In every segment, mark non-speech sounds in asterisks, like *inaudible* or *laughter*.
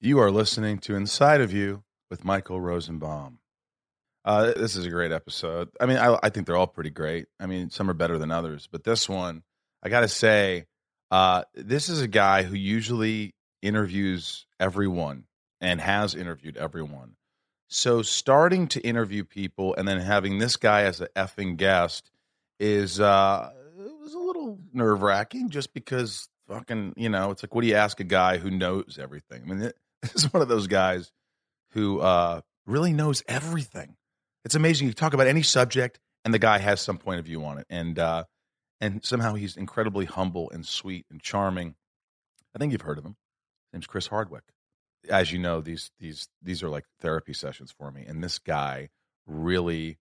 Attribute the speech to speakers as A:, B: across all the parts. A: You are listening to Inside of You with Michael Rosenbaum. Uh, this is a great episode. I mean, I, I think they're all pretty great. I mean, some are better than others, but this one, I got to say, uh, this is a guy who usually interviews everyone and has interviewed everyone. So, starting to interview people and then having this guy as an effing guest is uh, it was a little nerve wracking, just because fucking you know, it's like what do you ask a guy who knows everything? I mean, it, *laughs* it's one of those guys who uh, really knows everything. It's amazing. You talk about any subject, and the guy has some point of view on it, and uh, and somehow he's incredibly humble and sweet and charming. I think you've heard of him. His name's Chris Hardwick. As you know, these these these are like therapy sessions for me, and this guy really.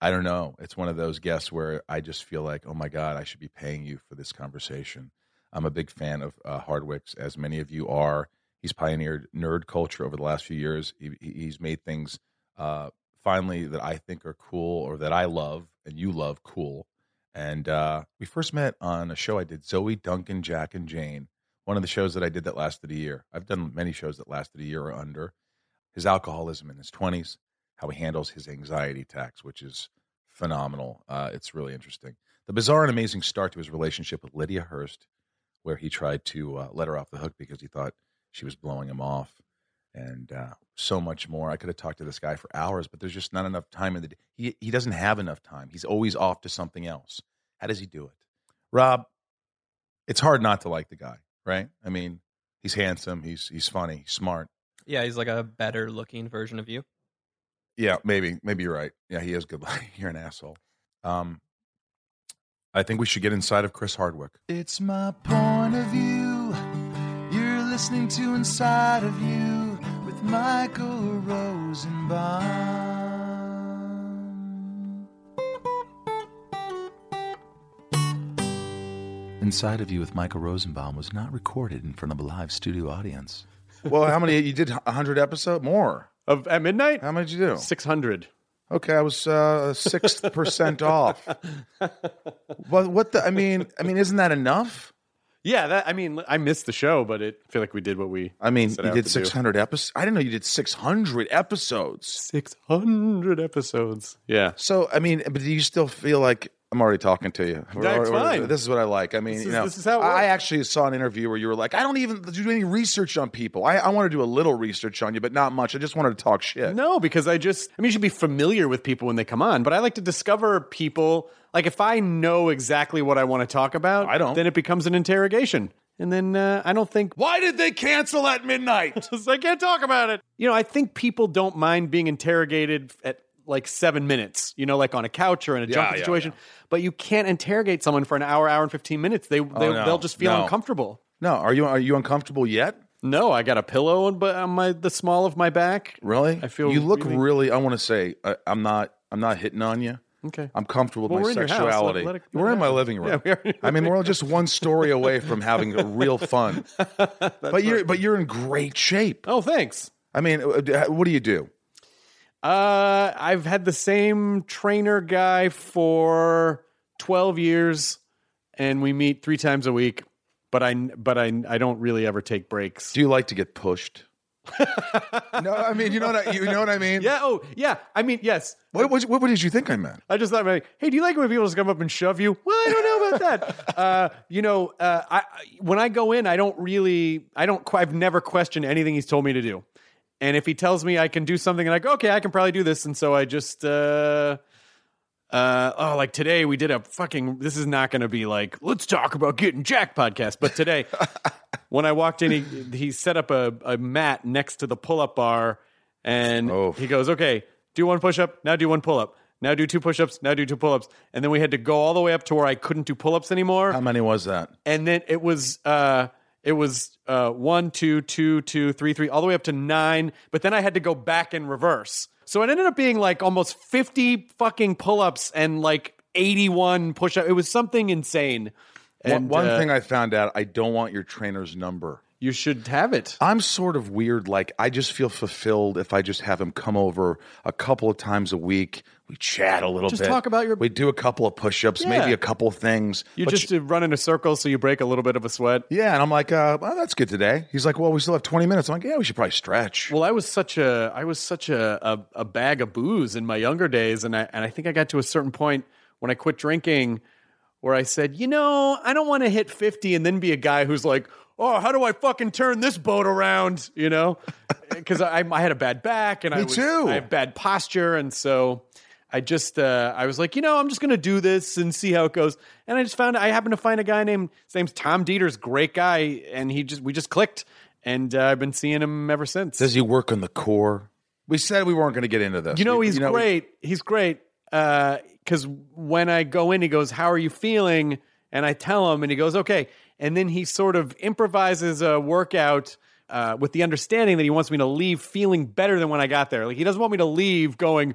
A: I don't know. It's one of those guests where I just feel like, oh my God, I should be paying you for this conversation. I'm a big fan of uh, Hardwick's, as many of you are. He's pioneered nerd culture over the last few years. He, he- he's made things uh, finally that I think are cool or that I love and you love cool. And uh, we first met on a show I did, Zoe Duncan, Jack and Jane, one of the shows that I did that lasted a year. I've done many shows that lasted a year or under. His alcoholism in his 20s, how he handles his anxiety attacks, which is phenomenal. Uh, it's really interesting. The bizarre and amazing start to his relationship with Lydia Hurst, where he tried to uh, let her off the hook because he thought she was blowing him off, and uh, so much more. I could have talked to this guy for hours, but there's just not enough time in the day. He, he doesn't have enough time. He's always off to something else. How does he do it? Rob, it's hard not to like the guy, right? I mean, he's handsome, he's, he's funny, he's smart.
B: Yeah, he's like a better looking version of you.
A: Yeah, maybe, maybe you're right. Yeah, he is good. *laughs* looking. You're an asshole. Um, I think we should get inside of Chris Hardwick. It's my point of view. You're listening to Inside of You with Michael Rosenbaum. Inside of You with Michael Rosenbaum was not recorded in front of a live studio audience. Well, how *laughs* many you did? hundred episode more.
C: Of at midnight?
A: How many did you do?
C: Six hundred.
A: Okay, I was six percent
C: *laughs*
A: off. But what the? I mean, I mean, isn't that enough?
C: Yeah, that I mean I missed the show, but it I feel like we did what we
A: I mean,
C: set
A: you
C: out
A: did
C: to do.
A: six hundred episodes. I didn't know you did six hundred episodes.
C: Six hundred episodes. Yeah.
A: So I mean, but do you still feel like I'm already talking to you?
C: That's fine.
A: This is what I like. I mean,
C: This is-
A: you know,
C: this is how it
A: I I
C: works.
A: actually saw an interview where you were like, I don't even do any research on people. I, I want to do a little research on you, but not much. I just wanted to talk shit.
C: No, because I just, I mean, you should be familiar with people when they come on, but I like to discover people. Like, if I know exactly what I want to talk about,
A: I don't.
C: Then it becomes an interrogation. And then uh, I don't think, why did they cancel at midnight? I can't talk about it. You know, I think people don't mind being interrogated at like seven minutes, you know, like on a couch or in a
A: Yeah,
C: junket
A: yeah,
C: situation. But you can't interrogate someone for an hour, hour and 15 minutes. They, they
A: Oh, no,
C: They'll just feel
A: no.
C: uncomfortable.
A: No, are you are you uncomfortable yet?
C: No, I got a pillow on, on my, the small of my back.
A: Really?
C: I feel
A: you look
C: really-
A: really. I want to say I, I'm not. I'm not hitting on you.
C: Okay.
A: I'm comfortable with
C: Well,
A: my
C: we're in your house. Let-
A: sexuality.
C: let it- let
A: we're
C: it
A: in my
C: happen.
A: living room.
C: *laughs* Yeah, we are in your
A: I mean, we're just one story away from having real
C: *laughs*
A: fun. but you're but you're in great shape.
C: Oh, thanks.
A: I mean, uh, d- what do you do?
C: Uh, I've had the same trainer guy for 12 years and we meet 3 times a week, but I but I I don't really ever take breaks.
A: Do you like to get
C: *laughs*
A: pushed? no, I mean, you know what I, you know what I mean.
C: yeah, oh, yeah. I mean, yes.
A: What, what what did you think I meant?
C: I just thought, like, hey, do you like when people just come up and shove you? Well, I don't know about that. uh, you know, uh, I I- when I go in, I don't really, I don't, qu- I've never questioned anything he's told me to do. And if he tells me I can do something, and I go, okay, I can probably do this, and so I just, uh, uh, oh, like today we did a fucking. This is not going to be like let's talk about getting Jack podcast, but today when I walked in, he he set up a, a mat next to the pull up bar, and
A: Oh.
C: he goes, "Okay, do one push up. Now do one pull up. Now do two push ups. Now do two pull ups." And then we had to go all the way up to where I couldn't do pull ups anymore.
A: How many was that?
C: and then it was uh, it was uh, one, two, two, two, three, three, all the way up to nine. But then I had to go back in reverse, so it ended up being like almost fifty fucking pull ups and like eighty one push up. It was something insane.
A: One-
C: And,
A: one
C: uh,
A: thing I found out: I don't want your trainer's number.
C: You should have it.
A: I'm sort of weird. Like I just feel fulfilled if I just have him come over a couple of times a week. We chat a little
C: Just
A: bit.
C: talk about your-
A: We do a couple of push-ups,
C: Yeah.
A: maybe a couple of things.
C: You
A: but
C: just uh, run in a circle so you break a little bit of a sweat.
A: yeah, and I'm like, uh, well, that's good today. He's like, well, we still have 20 minutes. I'm like, yeah, we should probably stretch.
C: Well, I was such a I was such a, a, a bag of booze in my younger days, and I and I think I got to a certain point when I quit drinking, where I said, you know, I don't want to hit fifty and then be a guy who's like, oh, how do I fucking turn this boat around? You know, *laughs* because I, I had a bad back and I
A: Me
C: was,
A: too.
C: I have bad posture, and so. I just uh, I was like, you know, I'm just gonna do this and see how it goes. And I just found I happened to find a guy named his name's Tom Dieters, great guy, and he just we just clicked, and uh, I've been seeing him ever since.
A: Does he work on the core? We said we weren't going to get into this.
C: You know,
A: We-
C: he's
A: we-
C: great. he's great. Because when I go in, he goes, How are you feeling? And I tell him, and he goes, Okay. And then he sort of improvises a workout uh, with the understanding that he wants me to leave feeling better than when I got there. Like, he doesn't want me to leave going,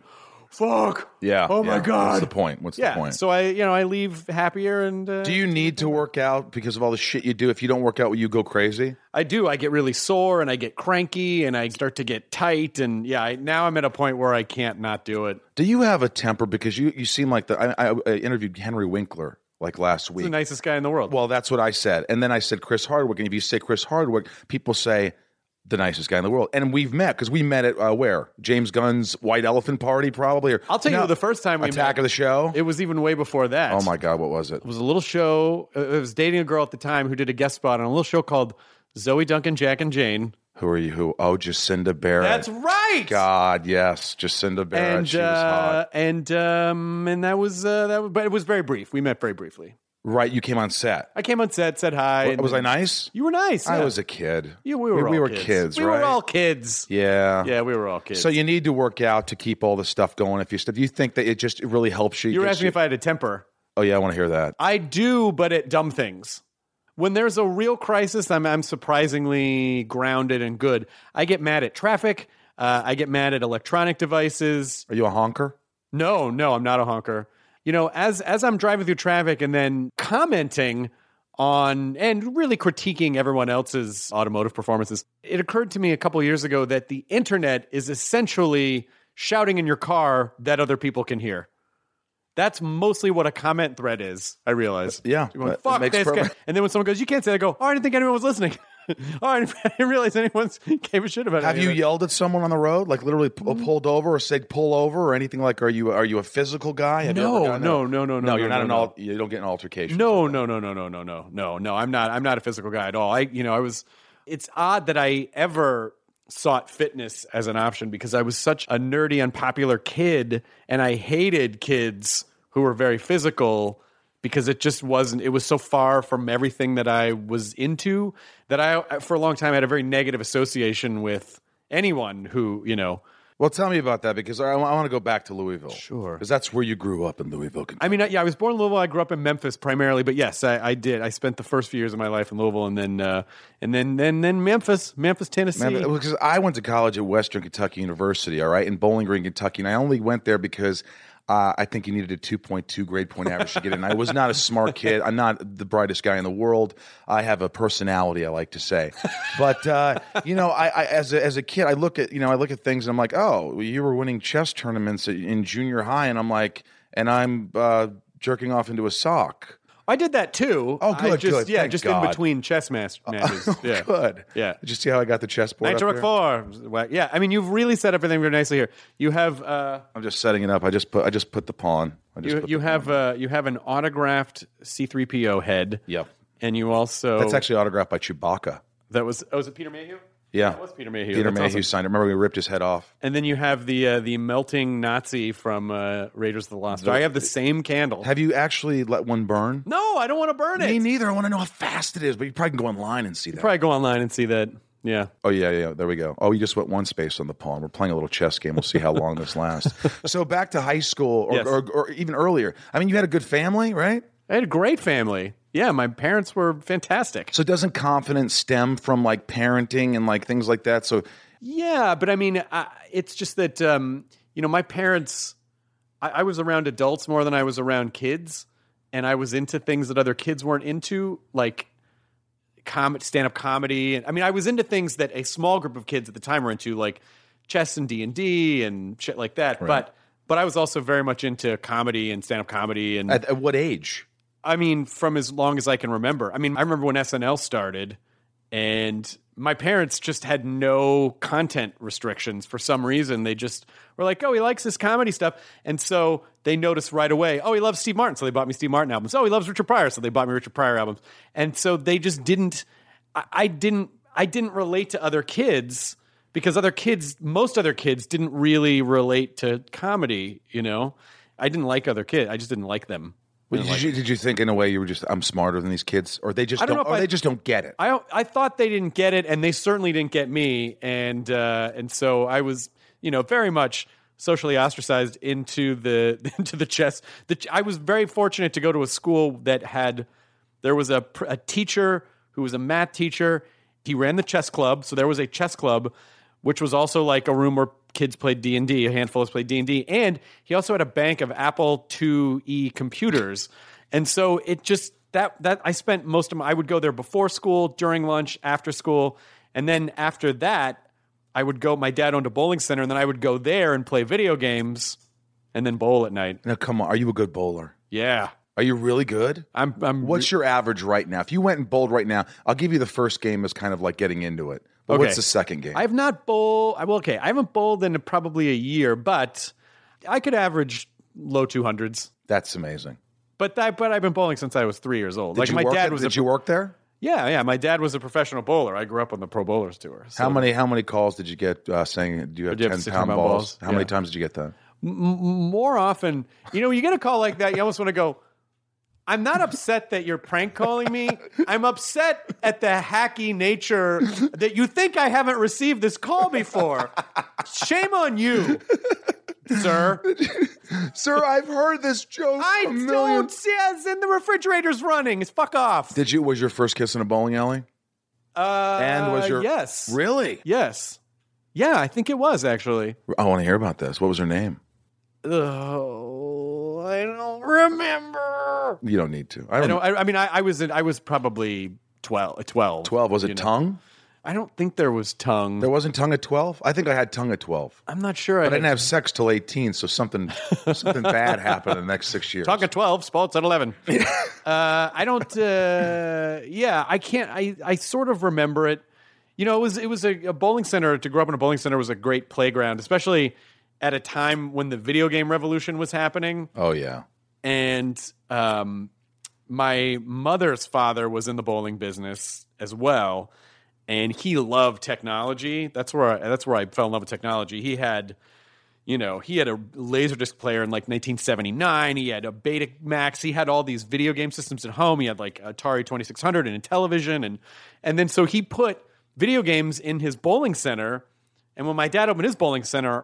C: Fuck.
A: yeah.
C: Oh,
A: yeah.
C: my God.
A: What's the point? What's
C: yeah.
A: the point?
C: So I, you know, I leave happier and. Uh,
A: do you need to work out because of all the shit you do? If you don't work out, will you go crazy?
C: I do. I get really sore and I get cranky and I start to get tight. And yeah, I, now I'm at a point where I can't not do it.
A: Do you have a temper? Because you, you seem like the. I, I, I interviewed Henry Winkler like last
C: He's
A: week.
C: the nicest guy in the world.
A: Well, that's what I said. And then I said Chris Hardwick. And if you say Chris Hardwick, people say the nicest guy in the world. And we've met because we met at uh, where? James Gunn's White Elephant Party, probably. Or,
C: I'll tell you the first time we
A: Attack
C: met-
A: of the Show.
C: It was even way before that.
A: oh my God, what was it?
C: It was a little show. uh, It was dating a girl at the time who did a guest spot on a little show called Zoe Duncan, Jack and Jane.
A: Who are you? Who? Oh, Jacinda Barrett.
C: right.
A: God, yes, Jacinda Barrett.
C: And
A: she was hot.
C: uh, and um and that was uh, that was, but it was very brief. We met very briefly.
A: Right, you came on set.
C: I came on set, said hi. and
A: was I
C: then-
A: nice?
C: You were nice.
A: I
C: yeah.
A: was a kid.
C: Yeah, we were.
A: We,
C: all
A: were
C: kids.
A: kids,
C: We
A: right?
C: were all kids.
A: yeah.
C: Yeah, we were all kids.
A: So you need to work out to keep all the stuff going. If you if you think that it just it really helps you,
C: you were
A: gets
C: asking
A: you-
C: if I had a temper.
A: oh yeah, I want to hear that.
C: I do, but at dumb things. When there's a real crisis, I'm, I'm surprisingly grounded and good. I get mad at traffic. Uh, I get mad at electronic devices.
A: Are you a honker?
C: No, no, I'm not a honker. You know, as as I'm driving through traffic and then commenting on and really critiquing everyone else's automotive performances, it occurred to me a couple years ago that the internet is essentially shouting in your car that other people can hear. That's mostly what a comment thread is. I realize.
A: Uh, Yeah,
C: You're going,
A: that- that
C: fuck
A: makes
C: this guy.
A: perfect-
C: And then when someone goes, "You can't say," that," I go, "Oh, I didn't think anyone was listening." *laughs* oh, I didn't realize anyone *laughs* gave a shit about it.
A: Have you yelled at someone on the road, like literally pu-
C: Mm-hmm.
A: pulled over or said pull over or anything? Like, are you are you a physical guy? Have you ever
C: No,
A: gotten
C: no,
A: a-
C: no, no, no.
A: no, you're not
C: no,
A: an
C: no.
A: all. You don't get an altercation.
C: No, no, no, no, no, no, no, no, no. I'm not. I'm not a physical guy at all. I, you know, I was. It's odd that I ever sought fitness as an option because I was such a nerdy, unpopular kid, and I hated kids who were very physical because it just wasn't. It was so far from everything that I was into that I, for a long time, had a very negative association with anyone who, you know.
A: Well, tell me about that because I, want to go back to Louisville.
C: Sure.
A: Because that's where you grew up in Louisville. Kentucky.
C: I mean, I- yeah, I was born in Louisville. I grew up in Memphis primarily, but yes, I, I did. I spent the first few years of my life in Louisville, and then uh, and then then then Memphis, Memphis, Tennessee.
A: Man, but- because I went to college at Western Kentucky University, all right, in Bowling Green, Kentucky, and I only went there because uh, I think you needed a 2.2 grade point average to get in. I was not a smart kid. I'm not the brightest guy in the world. I have a personality, I like to say, but uh, you know, I, I as a, as a kid, I look at you know, I look at things, and I'm like, oh, well, you were winning chess tournaments in junior high, and I'm like, and I'm uh, jerking off into a sock.
C: I did that too.
A: Oh,
C: I
A: good,
C: just,
A: good.
C: Yeah,
A: Thank
C: just
A: God. Oh,
C: in between chess match,
A: *laughs*
C: matches. yeah,
A: Good.
C: Yeah.
A: Did you see how I got the chessboard?
C: nine
A: up
C: to rook
A: there?
C: four. Whack. Yeah, I mean, you've really set up everything very nicely here. You have uh,
A: I'm just setting it up. I just put I just put the pawn. I just
C: you
A: put
C: you
A: the
C: have uh, you have an autographed C three PO head.
A: Yep.
C: and you also
A: That's actually autographed by Chewbacca.
C: that was oh, was it Peter Mayhew?
A: Yeah.
C: that was Peter Mayhew.
A: Peter
C: That's
A: Mayhew
C: awesome.
A: signed it. Remember, we ripped his head off.
C: And then you have the uh, the melting Nazi from uh, Raiders of the Lost. Ark. I have the same candle.
A: Have you actually let one burn?
C: No, I don't want to burn it.
A: Me neither. I want to know how fast it is, but you probably can go online and see that.
C: Probably go online and see that. Yeah.
A: oh, yeah, yeah. There we go. Oh, you just went one space on the pawn. We're playing a little chess game. We'll see how long this
C: *laughs*
A: lasts. So, back to high school or,
C: Yes.
A: or, or even earlier. I mean, you had a good family, right?
C: I had a great family. Yeah, my parents were fantastic.
A: So, doesn't confidence stem from like parenting and like things like that? So,
C: Yeah, but I mean, I, it's just that um, you know, my parents. I, I was around adults more than I was around kids, and I was into things that other kids weren't into, like com- stand-up comedy and i mean i was into things that a small group of kids at the time were into like chess and d&d and shit like that
A: Right.
C: but but i was also very much into comedy and stand-up comedy and
A: At, at what age?
C: I mean, from as long as I can remember. I mean, I remember when SNL started, and my parents just had no content restrictions for some reason. They just were like, "Oh, he likes this comedy stuff," and so they noticed right away. Oh, he loves Steve Martin, so they bought me Steve Martin albums. Oh, he loves Richard Pryor, so they bought me Richard Pryor albums. And so they just didn't. I, I didn't. I didn't relate to other kids because other kids, most other kids, didn't really relate to comedy. You know, I didn't like other kids. I just didn't like them.
A: Did, you, did you think in a way you were just I'm smarter than these kids, or they just
C: I don't
A: don't,
C: know if
A: or
C: I-
A: they just don't get it?
C: I I thought they didn't get it, and they certainly didn't get me, and uh, and so I was you know very much socially ostracized into the *laughs* into the chess. The, ch- I was very fortunate to go to a school that had there was a pr- a teacher who was a math teacher. He ran the chess club, so there was a chess club, which was also like a room where kids played D and D. A handful of us played D and D, and he also had a bank of Apple IIe computers, and so it just that that I spent most of my I would go there before school, during lunch, after school, and then after that, I would go. My dad owned a bowling center, and then I would go there and play video games, and then bowl at night.
A: Now come on, are you a good bowler?
C: Yeah,
A: Are you really good?
C: I'm. I'm
A: What's your average right now? If you went and bowled right now, I'll give you the first game as kind of like getting into it. But
C: Okay.
A: what's the second game?
C: I've not bowled. I well, okay. I haven't bowled in probably a year, but I could average low two hundreds.
A: That's amazing.
C: But I, but I've been bowling since I was three years old.
A: Did
C: like
A: you
C: my
A: work
C: dad
A: it?
C: was.
A: Did
C: a,
A: you work there?
C: yeah, yeah. My dad was a professional bowler. I grew up on the Pro Bowlers tour. So.
A: How many how many calls did you get uh, saying do you have
C: Do you have
A: ten
C: six
A: pound
C: pound
A: balls?
C: balls?
A: How many
C: Yeah.
A: times did you get that?
C: more often, you know, you get a call like that, you almost want to go, I'm not upset that you're prank calling me. I'm upset at the hacky nature that you think I haven't received this call before. Shame on you, sir.
A: Sir, I've heard this joke. *laughs*
C: I don't see us in the refrigerator's running. It's fuck off.
A: Did you was your first kiss in a bowling alley?
C: uh,
A: and was your-
C: yes.
A: Really?
C: Yes. Yeah, I think it was actually.
A: I want to hear about this. What was her name?
C: Oh, I don't remember.
A: You don't need to. I
C: I
A: don't.
C: don't. I, I mean, I, I was in, I was probably 12, 12.
A: Twelve was
C: you
A: it
C: know.
A: tongue?
C: I don't think there was tongue.
A: There wasn't tongue at twelve. I think I had tongue at twelve,
C: I'm not sure.
A: but I didn't
C: had-
A: have sex till eighteen. So something
C: *laughs*
A: something bad happened in the next six years.
C: tongue at twelve. Spalt's
A: *laughs*
C: at eleven. uh, I don't. Uh, yeah, I can't. I I sort of remember it. You know, it was it was a, a bowling center. To grow up in a bowling center was a great playground, especially at a time when the video game revolution was happening.
A: oh yeah.
C: and um, my mother's father was in the bowling business as well, and he loved technology. That's where I, that's where I fell in love with technology. He had, you know, he had a laserdisc player in like 1979. He had a Betamax. He had all these video game systems at home. He had like Atari 2600 and a television, and and then so he put video games in his bowling center. And when my dad opened his bowling center,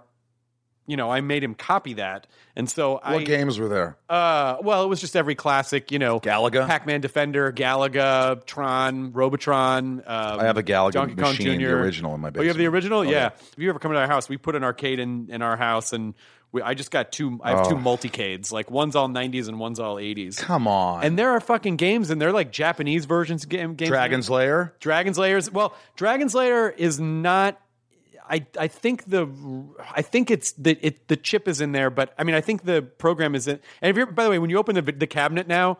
C: you know, I made him copy that. And so I
A: What games were there?
C: uh, well, it was just every classic, you know,
A: Galaga?
C: Pac-Man Defender, Galaga, Tron, Robotron. Um,
A: I have a Galaga
C: Donkey Kong
A: machine, the
C: Jr.
A: original in my
C: Oh, you have the
A: basement.
C: original? yeah. If you ever come to our house, we put an arcade in, in our house, and we, I just got two. I have
A: Oh.
C: two multicades. Like one's all '90s and one's all '80s.
A: Come on.
C: And there are fucking games, and they're like Japanese versions of game, games.
A: Dragon's Lair.
C: Dragon's Layers. Well, Dragon's Lair is not. I I think the I think it's the it the chip is in there, but I mean I think the program is in. And if you're by the way, when you open the the cabinet now,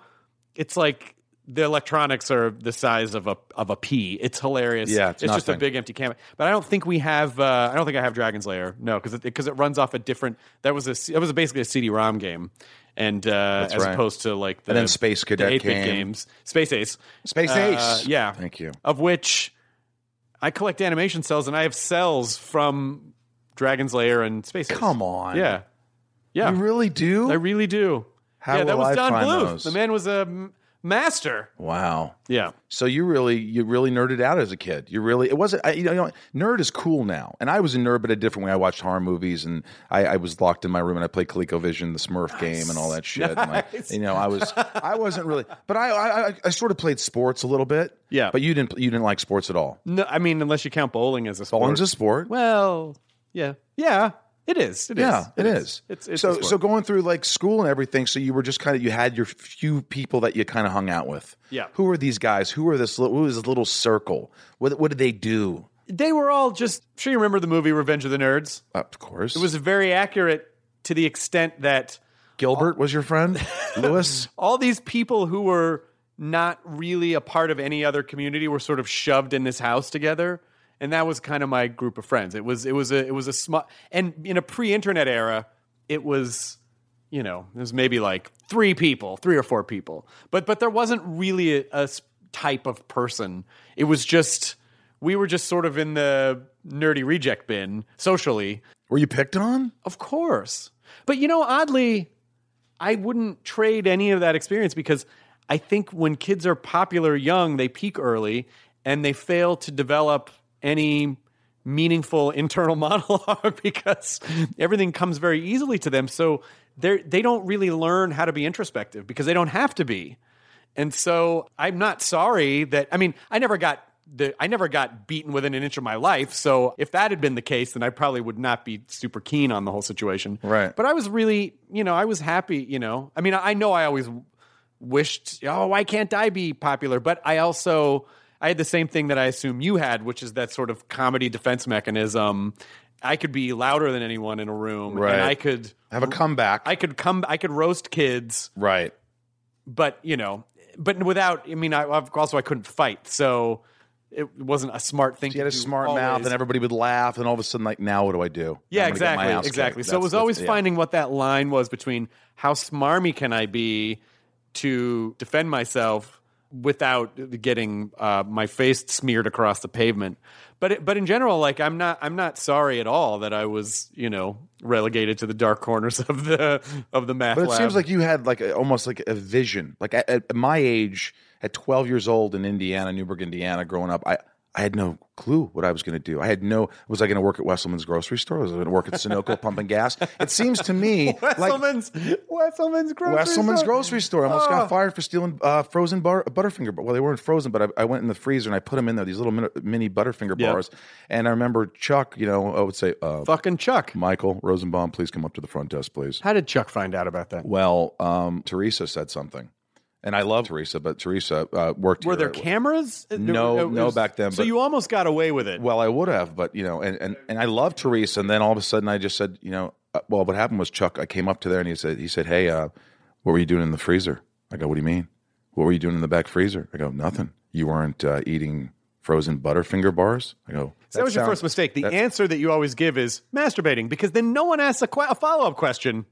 C: it's like the electronics are the size of a of a pea. It's hilarious.
A: Yeah, it's
C: just a
A: nothing.
C: big empty cabinet. But I don't think we have. Uh, I don't think I have Dragon's Lair. No, because because it, runs off a different. That was a that was basically a CD-ROM game, and uh, as
A: right.
C: opposed to like the
A: And then Space Cadet
C: the 8-bit
A: came.
C: games, Space Ace.
A: Space
C: Uh,
A: Ace.
C: yeah.
A: Thank you.
C: Of which I collect animation cells and I have cells from Dragon's Lair and Space Ace.
A: Come on.
C: Yeah. Yeah.
A: You really do?
C: I really do.
A: How
C: yeah, that
A: will
C: was
A: I
C: Don
A: find
C: Bluth.
A: those?
C: The man was a m- master.
A: wow.
C: Yeah.
A: So you really you really nerded out as a kid. You really it wasn't I, you, know, you know nerd is cool now. And I was a nerd but a different way. I watched horror movies and I, I was locked in my room and I played ColecoVision, the Smurf
C: *laughs*
A: game, and all that shit. And I-
C: Nice.
A: you know I was I wasn't really, but I, I I- I sort of played sports a little bit.
C: Yeah.
A: But you didn't you didn't like sports at all.
C: No, I mean, unless you count bowling as a sport.
A: Bowling's a sport.
C: well, yeah. Yeah. It is. It is.
A: Yeah, it is.
C: It's, it's
A: so
C: it's
A: so
C: work.
A: going through like school and everything. So you were just kind of you had your few people that you kind of hung out with.
C: Yeah.
A: Who are these guys? Who are this? li- Who is this little circle? What what did they do?
C: they were all just. I'm sure, you remember the movie Revenge of the Nerds.
A: Uh, of course,
C: It was very accurate to the extent that
A: Gilbert was your
C: *laughs*
A: friend. Lewis.
C: all these people who were not really a part of any other community were sort of shoved in this house together and that was kind of my group of friends it was it was a it was a small and in a pre-internet era it was you know it was maybe like three people three or four people but but there wasn't really a, a s- type of person it was just we were just sort of in the nerdy reject bin socially
A: Were you picked on?
C: of course. But you know, oddly, I wouldn't trade any of that experience because I think when kids are popular young, they peak early and they fail to develop any meaningful internal *laughs* monologue because everything comes very easily to them. So they they don't really learn how to be introspective because they don't have to be. And so I'm not sorry that I mean I never got the I never got beaten within an inch of my life. So if that had been the case, then I probably would not be super keen on the whole situation.
A: Right.
C: But I was really, you know, I was happy. You know, I mean, I know I always wished, oh, why can't I be popular? But I also I had the same thing that I assume you had, which is that sort of comedy defense mechanism. I could be louder than anyone in a room,
A: Right.
C: and I could
A: Have a comeback.
C: I could come I could roast kids
A: right.
C: but you know, but without, I mean, I I've- also I couldn't fight, so it wasn't a smart thing.
A: You had a
C: to do
A: smart
C: always.
A: mouth, and everybody would laugh. And all of a sudden, like, now what do I do?
C: yeah,
A: I'm gonna get my
C: exactly,
A: ass kicked.
C: exactly. So it
A: That's
C: was
A: what's-
C: always
A: yeah.
C: finding what that line was between how smarmy can I be to defend myself without getting uh, my face smeared across the pavement. But it, but in general, like I'm not I'm not sorry at all that I was you know relegated to the dark corners *laughs* of the of the math.
A: But it
C: lab.
A: seems like you had like a, almost like a vision. Like at, at my age, at 12 years old in Indiana, Newburgh, Indiana, growing up, I I had no clue what I was going to do. I had no. Was I going to work at Wesselman's grocery store? Was I going to work at
C: *laughs*
A: Sunoco pumping gas? It seems to me like
C: Wesselman's Wesselman's grocery
A: Wesselman's
C: store.
A: grocery store. I almost
C: Oh.
A: got fired for stealing uh, frozen bar- Butterfinger. But well, they weren't frozen, but I, I went in the freezer and I put them in there. These little mini, mini Butterfinger
C: Yep.
A: bars. And I remember Chuck. You know, I would say, uh,
C: Fucking Chuck.
A: Michael Rosenbaum, please come up to the front desk, please.
C: How did Chuck find out about that?
A: Well, um, Teresa said something, and I love Teresa, but Teresa uh, worked.
C: Were
A: here.
C: there cameras? Uh,
A: No,
C: there- uh, it
A: no, back then,
C: So
A: but-
C: you almost got away with it.
A: Well, I would have, but you know, and and and I love Teresa, and then all of a sudden, I just said, you know, uh, well, what happened was Chuck. I came up to there, and he said, he said, hey, uh, what were you doing in the freezer? I go, what do you mean? What were you doing in the back freezer? I go, nothing. You weren't uh, eating frozen Butterfinger bars. I go.
C: So that was your
A: sounds-
C: first mistake. The
A: that-
C: answer that you always give is masturbating because then no one asks a, que- a follow up question.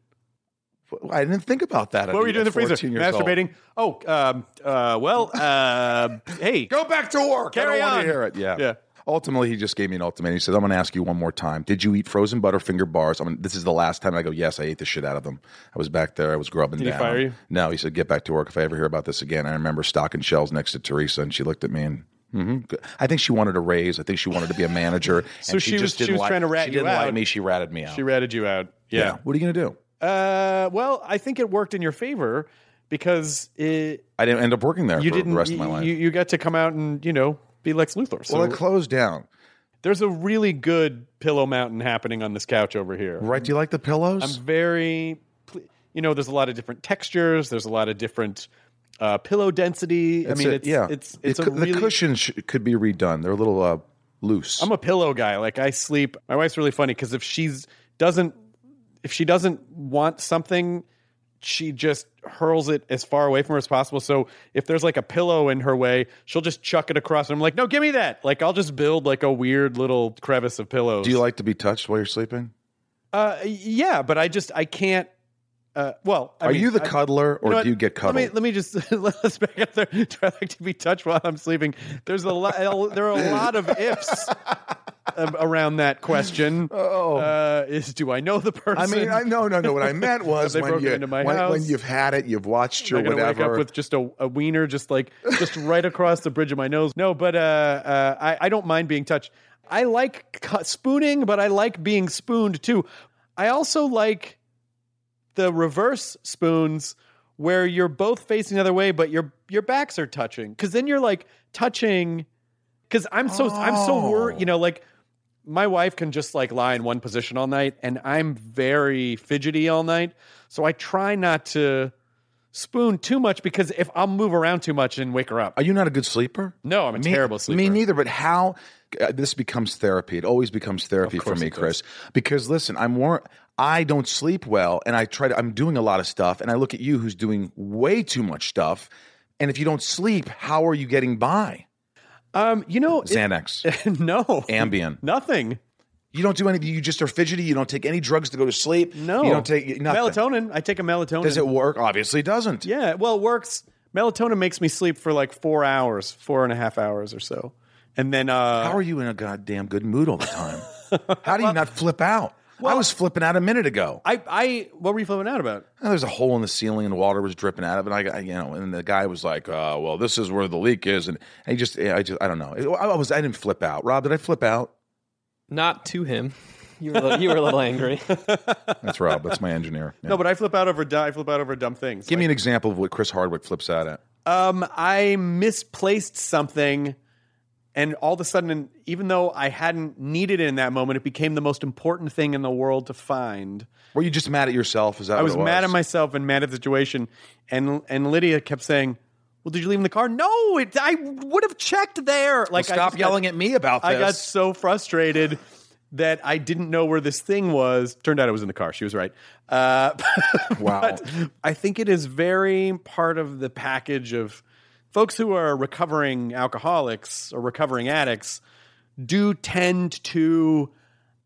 A: I didn't think about that.
C: What were you doing in the freezer? Masturbating. Oh, um, uh, well, uh, hey,
A: Go back to work.
C: Carry
A: I don't want
C: on.
A: to hear it. Yeah.
C: Yeah.
A: Ultimately, he just gave me an ultimatum. He said, "I'm going to ask you one more time. Did you eat frozen Butterfinger bars? I mean, this is the last time." I go, "Yes, I ate the shit out of them. I was back there. I was grubbing
C: he
A: down."
C: fire you?
A: No, he said, "Get back to work. If I ever hear about this again." I remember stocking shelves next to Teresa, and she looked at me and. hmm I think she wanted a raise. I think she wanted to be a
C: *laughs*
A: manager. so
C: she was- she was trying to rat
A: she
C: you
A: didn't
C: out.
A: like me. She ratted me out.
C: she ratted you out. Yeah.
A: What are you going to do?
C: Uh, well, I think it worked in your favor because it,
A: I didn't end up working there
C: you
A: for
C: didn't.
A: the rest of my
C: you-
A: life.
C: You, you got to come out and you know be Lex Luthor. So
A: well, it closed down.
C: there's a really good Pillow Mountain happening on this couch over here.
A: Right? Do you like the pillows?
C: I'm very, pl- you know, there's a lot of different textures. There's a lot of different uh, pillow density. I mean,
A: it.
C: it's
A: yeah,
C: it's
A: It
C: it's a
A: cou-
C: really.
A: the cushions sh- could be redone. They're a little uh, loose.
C: I'm a pillow guy. Like I sleep. My wife's really funny because if she's doesn't if she doesn't want something, she just hurls it as far away from her as possible. So if there's like a pillow in her way, she'll just chuck it across. And I'm like, no, give me that. Like I'll just build like a weird little crevice of pillows.
A: Do you like to be touched while you're sleeping?
C: Uh, yeah, but I just I can't. Uh, well, I
A: Are
C: mean,
A: you the
C: I-
A: cuddler, or
C: You know what?
A: do you get cuddled?
C: Let me let me just *laughs* let's back up there. Do I like to be touched while I'm sleeping? There's a lot. There are a lot of
A: *laughs*
C: ifs um, around that question.
A: oh,
C: *laughs* Uh, is do I know the person?
A: I mean, I, no, no, no. What I meant was
C: *laughs* They
A: when
C: broke
A: you
C: into my
A: when,
C: house.
A: when you've had it, you've watched your
C: am gonna wake
A: whatever.
C: up with just a, a wiener, just like just right across the bridge of my nose. No, but uh, uh, I, I don't mind being touched. I like cu- spooning, but I like being spooned too. I also like the reverse spoons where you're both facing the other way, but your your backs are touching. Because then you're like touching. Because I'm so I'm so
A: Oh.
C: worried. You know, like my wife can just like lie in one position all night, and I'm very fidgety all night. So I try not to spoon too much because if I'll move around too much and wake her up.
A: Are you not a good sleeper?
C: No, I'm a
A: me,
C: terrible sleeper.
A: Me neither. But how uh, this becomes therapy? It always becomes therapy
C: Of
A: for
C: course
A: me,
C: it does.
A: Chris. Because listen, I'm more. I don't sleep well, and I try to. I'm doing a lot of stuff, and I look at you, who's doing way too much stuff. And if you don't sleep, how are you getting by?
C: Um, you know, it-
A: Xanax,
C: *laughs* no,
A: Ambien.
C: nothing.
A: You don't do anything. You just are fidgety. You don't take any drugs to go to sleep.
C: No,
A: you don't take nothing.
C: melatonin. I take a melatonin.
A: Does it work? Obviously, it doesn't.
C: Yeah, well, it works. Melatonin makes me sleep for like four hours, four and a half hours or so, and then uh,
A: How are you in a goddamn good mood all the
C: *laughs*
A: time? How do you not flip out? I was flipping out a minute ago.
C: I, I, what were you flipping out about?
A: And There's a hole in the ceiling and water was dripping out of it. And I, I- you know, and the guy was like, uh, "Well, this is where the leak is," and he just, I just, I don't know. It- I was, I didn't flip out. Rob, did I flip out?
B: Not to him. *laughs* You were a little, you were a *laughs* little angry.
A: That's Rob. That's my engineer. Yeah.
C: *laughs* No, but I flip out over, du- I flip out over dumb things.
A: Give me an example of what Chris Hardwick flips out at.
C: Um, I misplaced something, and all of a sudden, even though I hadn't needed it in that moment, it became the most important thing in the world to find.
A: Were you just mad at yourself? Is that
C: I
A: what
C: was
A: it was
C: mad at myself and mad at the situation, and and Lydia kept saying, "Well, did you leave in the car? No, it, I would have checked there." Like, I
A: Stop
C: just got-
A: yelling at me about this.
C: I *laughs* got so frustrated that I didn't know where this thing was. Turned out it was in the car. She was right. Uh, *laughs*
A: Wow.
C: but I think it is very part of the package of folks who are recovering alcoholics or recovering addicts do tend to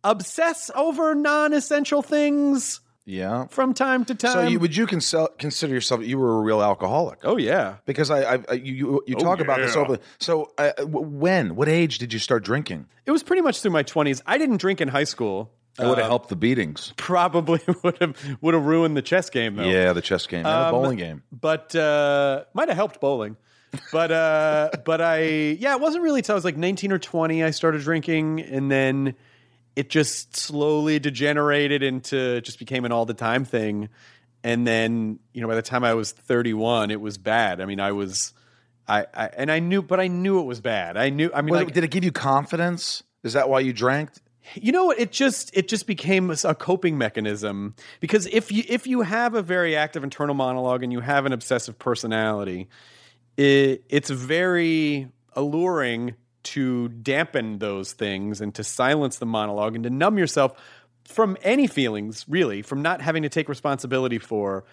C: obsess over non-essential things
A: yeah.
C: from time to time.
A: So, you, would you consel- consider yourself? You were a real alcoholic.
C: oh yeah.
A: Because I, I, I you, you, you talk about this
C: Oh, yeah.
A: openly. So, uh, w- when, what age did you start drinking?
C: It was pretty much through my 20s. I didn't drink in high school. *laughs*
A: It would
C: Um,
A: have helped the beatings.
C: Probably *laughs* would have would have ruined the chess game though.
A: Yeah, the chess game,
C: Um,
A: and the bowling game.
C: but uh, might have helped bowling. But uh, *laughs* but I yeah, it wasn't really till I was like 19 or 20 I started drinking, and then it just slowly degenerated into it just became an all the time thing. And then you know by the time I was 31, it was bad. I mean, I was I, I and I knew, but I knew it was bad. I knew. I mean,
A: Was
C: like,
A: it- did it give you confidence? Is that why you drank?
C: you know what it just it just became a coping mechanism because if you if you have a very active internal monologue and you have an obsessive personality it, it's very alluring to dampen those things and to silence the monologue and to numb yourself from any feelings really from not having to take responsibility for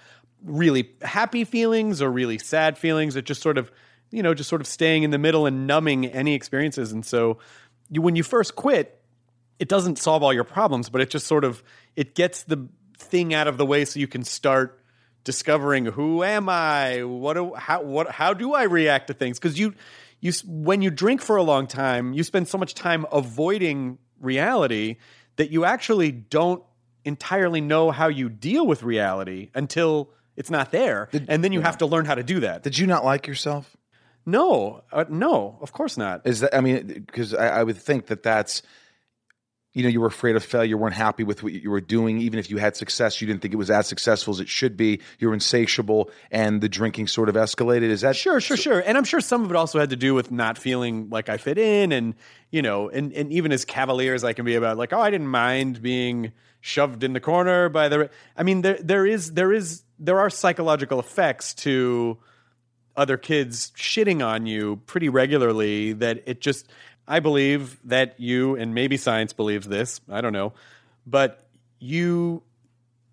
C: really happy feelings or really sad feelings it just sort of you know just sort of staying in the middle and numbing any experiences and so you, when you first quit it doesn't solve all your problems, but it just sort of it gets the thing out of the way so you can start discovering who am I? What do how what how do I react to things? Because you you s- when you drink for a long time, you spend so much time avoiding reality that you actually don't entirely know how you deal with reality until it's not there, and then you have to learn how to do that.
A: Did you not like yourself?
C: No, uh, no, of course not.
A: Is that I mean, because I, I would think that that's, you know, you were afraid of failure, you weren't happy with what you were doing, even if you had success, you didn't think it was as successful as it should be. you were insatiable, and the drinking sort of escalated. Is that
C: Sure, sure, sure. And I'm sure some of it also had to do with not feeling like I fit in and, you know, and, and even as cavalier as I can be about like, oh, I didn't mind being shoved in the corner by the I mean, there there is there is there are psychological effects to other kids shitting on you pretty regularly that it just I believe that you and maybe science believes this, I don't know, but you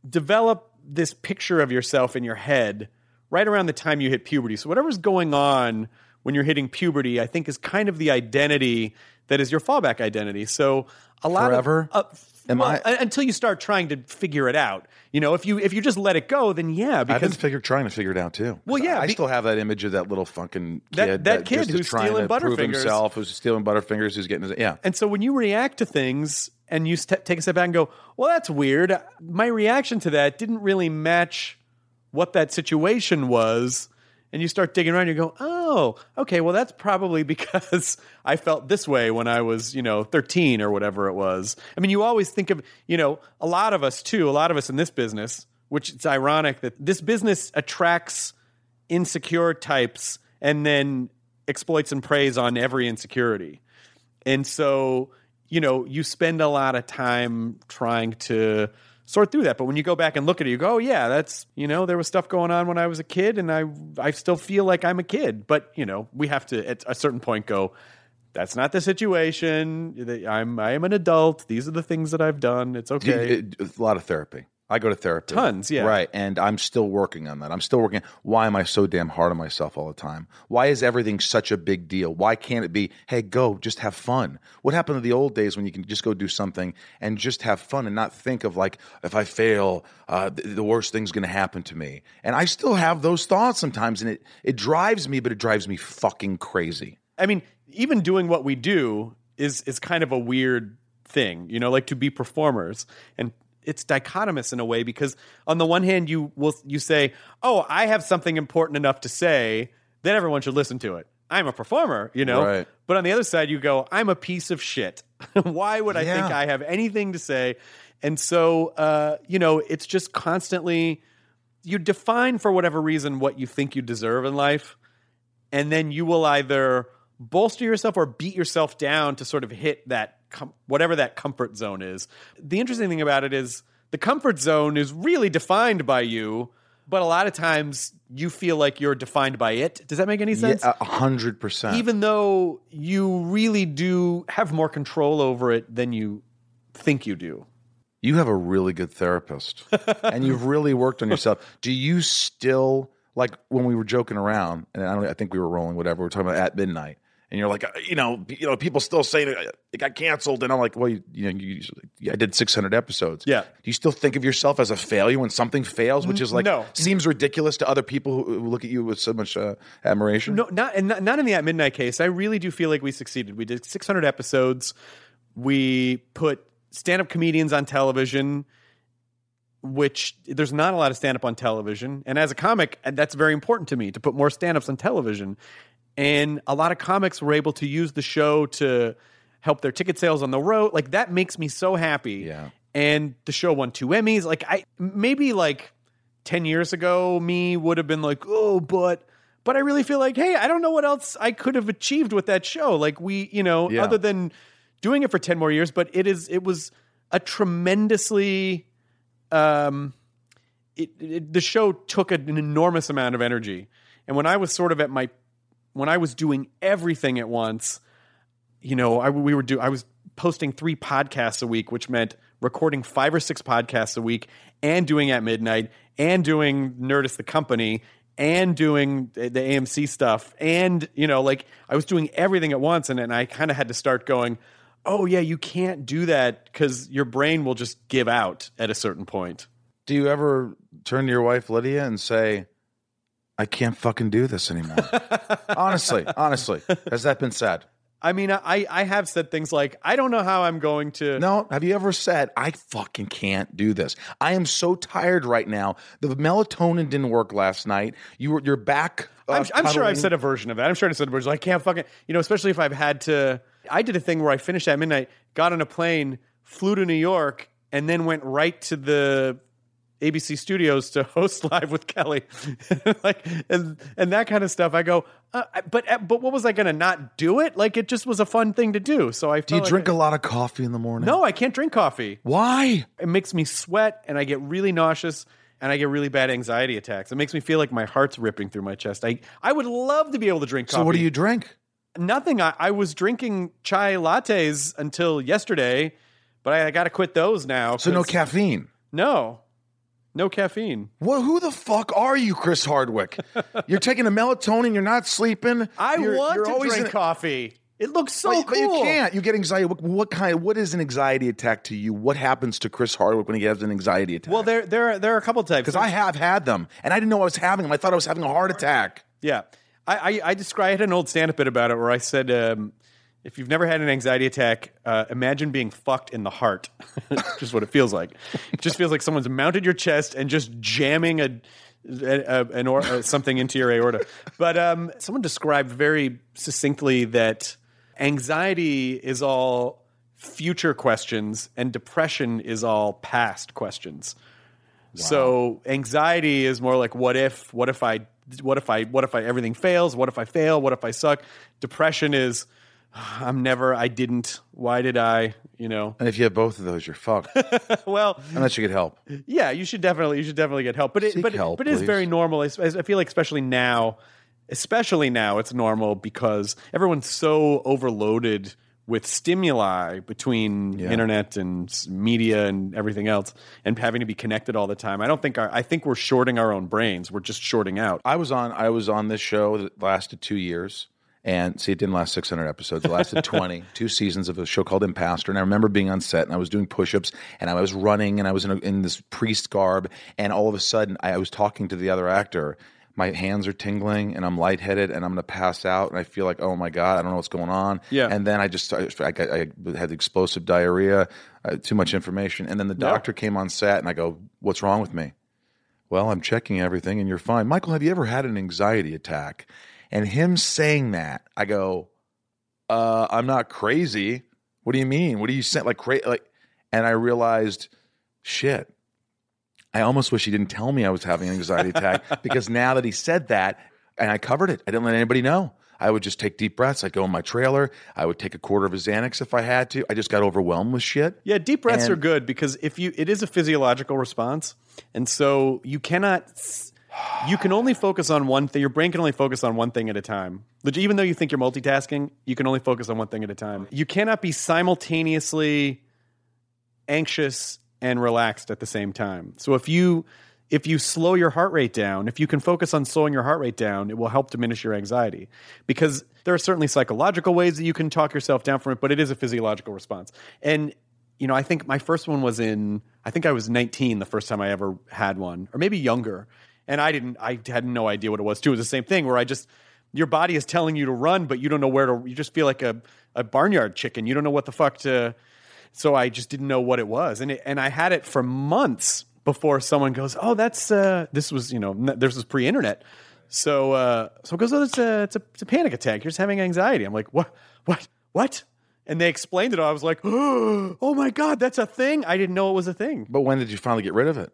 C: develop this picture of yourself in your head right around the time you hit puberty. So whatever's going on when you're hitting puberty, I think is kind of the identity that is your fallback identity. So a lot
A: Forever?
C: of uh,
A: Am
C: well,
A: I-
C: un- until you start trying to figure it out. You know, if you if you just let it go, then yeah,
A: I've been
C: because
A: figure, trying to figure it out too.
C: Well, yeah,
A: I
C: be-
A: still have that image of that little fucking kid
C: That- that kid
A: just is
C: who's
A: trying
C: stealing
A: to prove
C: Butterfingers.
A: himself, who's stealing butterfingers, who's getting his yeah.
C: And so when you react to things and you st- take a step back and go, well, that's weird. My reaction to that didn't really match what that situation was. And you start digging around, you go, oh, okay, well, that's probably *laughs* because I felt this way when I was, you know, 13 or whatever it was. I mean, you always think of, you know, a lot of us too, a lot of us in this business, which it's ironic that this business attracts insecure types and then exploits and preys on every insecurity. And so you know, you spend a lot of time trying to sort through that. But when you go back and look at it, you go, oh, yeah, that's, you know, there was stuff going on when I was a kid and I, I still feel like I'm a kid. But, you know, we have to at a certain point go, that's not the situation. That- I'm, I am an adult. These are the things that I've done. It's
A: Do you-
C: okay.
A: it- it's a lot of therapy. I go to therapy.
C: Tons, yeah.
A: Right. And I'm still working on that. I'm still working. Why am I so damn hard on myself all the time? Why is everything such a big deal? Why can't it be, hey, go, just have fun? What happened to the old days when you can just go do something and just have fun and not think of, like, if I fail, uh, th- the worst thing's going to happen to me? And I still have those thoughts sometimes, and it, it drives me, but it drives me fucking crazy.
C: I mean, even doing what we do is is kind of a weird thing, you know, like to be performers and it's dichotomous in a way because on the one hand you will you say, "Oh, I have something important enough to say that everyone should listen to it. I'm a performer," you know.
A: Right.
C: But on the other side you go, "I'm a piece of shit. *laughs* Why would I
A: Yeah.
C: think I have anything to say?" And so, uh, you know, it's just constantly you define for whatever reason what you think you deserve in life and then you will either bolster yourself or beat yourself down to sort of hit that com- whatever that comfort zone is. The interesting thing about it is the comfort zone is really defined by you, but a lot of times you feel like you're defined by it. Does that make any
A: Yeah, uh,
C: sense?
A: a 100%.
C: Even though you really do have more control over it than you think you do.
A: You have a really good
C: *laughs*
A: therapist and you've really worked on yourself. Do you still like when we were joking around and I don't I think we were rolling whatever we are talking about at midnight and you're like uh, you know p- you know people still say that uh, it got canceled and I'm like well you, you know you, you I did 600 episodes.
C: Yeah.
A: Do you still think of yourself as a failure when something fails which is like
C: no.
A: seems ridiculous to other people who who look at you with so much uh, admiration?
C: No, not and not, not in the At Midnight case. I really do feel like we succeeded. We did 600 episodes. We put stand-up comedians on television, which there's not a lot of stand-up on television. And as a comic, and that's very important to me to put more stand-ups on television. And a lot of comics were able to use the show to help their ticket sales on the road. Like that makes me so happy.
A: Yeah.
C: And the show won two Emmys. Like I maybe like 10 years ago me would have been like oh but but i really feel like hey i don't know what else i could have achieved with that show like we you know
A: Yeah.
C: other than doing it for 10 more years but it is it was a tremendously um it, it, the show took an enormous amount of energy and when i was sort of at my when i was doing everything at once you know, I we were do I was posting three podcasts a week, which meant recording five or six podcasts a week and doing at midnight and doing Nerdist the company and doing the the AMC stuff and you know like I was doing everything at once and and I kind of had to start going oh yeah you can't do that cuz your brain will just give out at a certain point
A: Do you ever turn to your wife Lydia and say, "I can't fucking do this
C: *laughs*
A: anymore"? honestly, honestly, has that been said?
C: I mean I I have said things like I don't know how I'm going to
A: No, have you ever said, I fucking can't do this? I am so tired right now. The melatonin didn't work last night. You were your back. uh,
C: I'm, I'm sure
A: cuddling-
C: I've said a version of that. I'm sure I said a version. Like, I can't fucking, you know, especially if I've had to. I did a thing where I finished at midnight, got on a plane, flew to New York, and then went right to the ABC studios to *laughs* host live with Kelly, *laughs* like, and and that kind of stuff. I go, uh, I- but uh, but what was I going to not do it? Like, it just was a fun thing to do. So I.
A: Do you drink a lot of coffee in the morning?
C: No, I can't drink coffee
A: Why?
C: it makes me sweat and I get really nauseous and I get really bad anxiety attacks. It makes me feel like my heart's ripping through my chest. I, I would love to be able to drink coffee.
A: So what do you drink?
C: Nothing. I, I was drinking chai lattes until yesterday, but I, I got to quit those now.
A: So no
C: 'cause-
A: caffeine.
C: No. No caffeine.
A: Well, who the fuck are you, Chris
C: *laughs*
A: Hardwick? you're taking a melatonin. You're not sleeping.
C: I
A: you're,
C: want
A: you're
C: to
A: always
C: drink
A: in-
C: coffee. It looks so
A: but,
C: cool.
A: but you can't. You get anxiety. What, what kind? What is an anxiety attack to you? What happens to Chris Hardwick when he has an anxiety attack?
C: Well, there, there, are, there are a couple types.
A: because I have had them, and I didn't know I was having them. I thought I was having a heart attack.
C: Yeah, I I, I described I had an old stand-up bit about it where I said, um, if you've never had an anxiety attack, uh, imagine being fucked in the heart. *laughs* just what it feels like. It just feels like someone's mounted your chest and just jamming a. a- a- an or uh, something into your aorta, but um, someone described very succinctly that anxiety is all future questions and depression is all past questions. So anxiety is more like what if, what if I, what if I, what if I, everything fails? What if I fail? What if I suck? Depression is I'm never, I didn't, why did I, you know? *laughs*
A: And if you have both of those, you're fucked.
C: well,
A: Unless you get help.
C: yeah, you should definitely, you should definitely get help. But it,
A: Seek
C: but,
A: help,
C: but it is
A: please.
C: very normal. I, s- I feel like especially now, especially now it's normal because everyone's so overloaded with stimuli between
A: Yeah.
C: internet and s- media and everything else and having to be connected all the time. I don't think, our, I think we're shorting our own brains. We're just shorting out.
A: I was on I was on this show that lasted two years. And see, it didn't last 600 episodes. It lasted 20, two seasons of a show called Impastor. And I remember being on set and I was doing push ups and I was running and I was in, a, in this priest garb. And all of a sudden, I, I was talking to the other actor. My hands are tingling and I'm lightheaded and I'm going to pass out. And I feel like, oh my God, I don't know what's going on.
C: Yeah.
A: And then I just, I, I, got, I had explosive diarrhea, uh, too much information. And then the doctor came on set and I go, what's wrong with me? Well, I'm checking everything and you're fine. Michael, have you ever had an anxiety attack? And him saying that, I go, uh, I'm not crazy. What do you mean? What do you say? Like, cra- like, and I realized, shit, I almost wish he didn't tell me I was having an anxiety
C: *laughs*
A: attack because now that he said that and I covered it, I didn't let anybody know. I would just take deep breaths. I'd go in my trailer. I would take a quarter of a Xanax if I had to. I just got overwhelmed with shit.
C: Yeah, deep breaths
A: And-
C: are good because if you it is a physiological response. And so you cannot s- you can only focus on one thing. Your brain can only focus on one thing at a time. Like, Even though you think you're multitasking, you can only focus on one thing at a time. You cannot be simultaneously anxious and relaxed at the same time. So if you if you slow your heart rate down, if you can focus on slowing your heart rate down, it will help diminish your anxiety. Because there are certainly psychological ways that you can talk yourself down from it, but it is a physiological response. And you know, I think my first one was in I think I was 19 the first time I ever had one, or maybe younger. And I didn't I had no idea what it was too. It was the same thing where I just your body is telling you to run, but you don't know where to you just feel like a, a barnyard chicken. You don't know what the fuck to so I just didn't know what it was, and it, and I had it for months before someone goes, "Oh, that's uh, this was you know n- this was pre-internet." So uh, so it goes, "Oh, that's a, it's a it's a panic attack. You're just having anxiety." I'm like, "What? What? What?" And they explained it. all. I was like, *gasps* "Oh my god, that's a thing! I didn't know it was a thing."
A: But when did you finally get rid of it?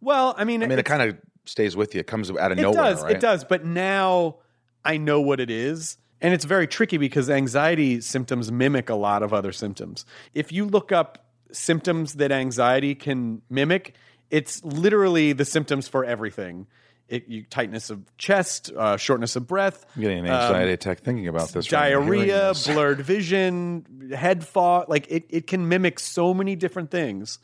C: Well, I mean,
A: I mean, it
C: it's-
A: kind of stays with you. It comes out of
C: it
A: nowhere,
C: does.
A: right?
C: It does. But now I know what it is. And it's very tricky because anxiety symptoms mimic a lot of other symptoms. If you look up symptoms that anxiety can mimic, it's literally the symptoms for everything. It, you, tightness of chest, uh, shortness of breath,
A: I'm getting an
C: um,
A: anxiety attack thinking about this. right now, hearing
C: diarrhea,
A: this.
C: blurred vision, head fog. Like it, it can mimic so many different things.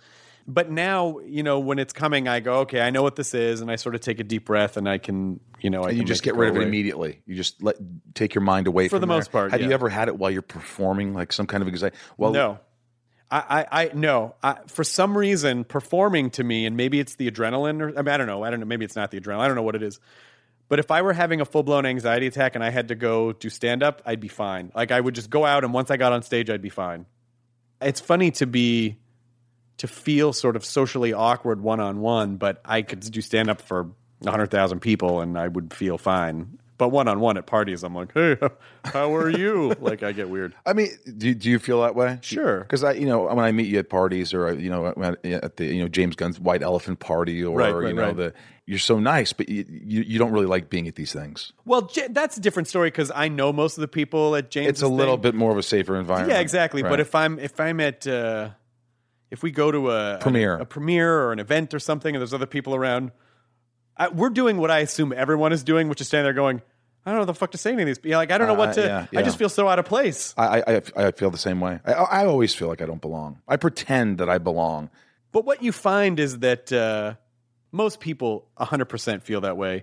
C: But now, you know, when it's coming, I go, okay, I know what this is, and I sort of take a deep breath, and I can, you know, I
A: And you
C: can
A: just get
C: make
A: rid
C: go
A: of it
C: away.
A: immediately. You just let take your mind away
C: For
A: from
C: the
A: there.
C: most part,
A: Have you
C: yeah.
A: ever had it while you're performing, like some kind of anxiety? Well,
C: No, I, I, I no. I, for some reason, performing to me, and maybe it's the adrenaline, or I, mean, I don't know. I don't know. Maybe it's not the adrenaline. I don't know what it is. But if I were having a full blown anxiety attack and I had to go do stand up, I'd be fine. Like I would just go out, and once I got on stage, I'd be fine. It's funny to be to feel sort of socially awkward one on one, but I could do stand up for hundred thousand people and I would feel fine. But one on one at parties, I'm like, hey, *laughs* how are you? like I get weird.
A: I mean, do, do you feel that way?
C: Sure.
A: Because I, you know, when I meet you at parties or you know when I- at the you know James Gunn's White Elephant Party or
C: Right, right,
A: you know
C: right.
A: the you're so nice, but you, you you don't really like being at these things.
C: Well, J- that's a different story because I know most of the people at James.
A: It's a little bit more of a safer environment.
C: yeah, exactly.
A: Right.
C: But if I'm if I'm at uh, if we go to a
A: Premiere.
C: a, premiere or an event or something, and there's other people around, I, we're doing what I assume everyone is doing, which is standing there going, "I don't know the fuck to say any of these." Yeah, like I don't know
A: Uh,
C: what to.
A: yeah,
C: I
A: yeah.
C: just feel so out of place.
A: I, I- I I feel the same way. I, I always feel like I don't belong. I pretend that I belong.
C: But what you find is that uh, most people 100% feel that way.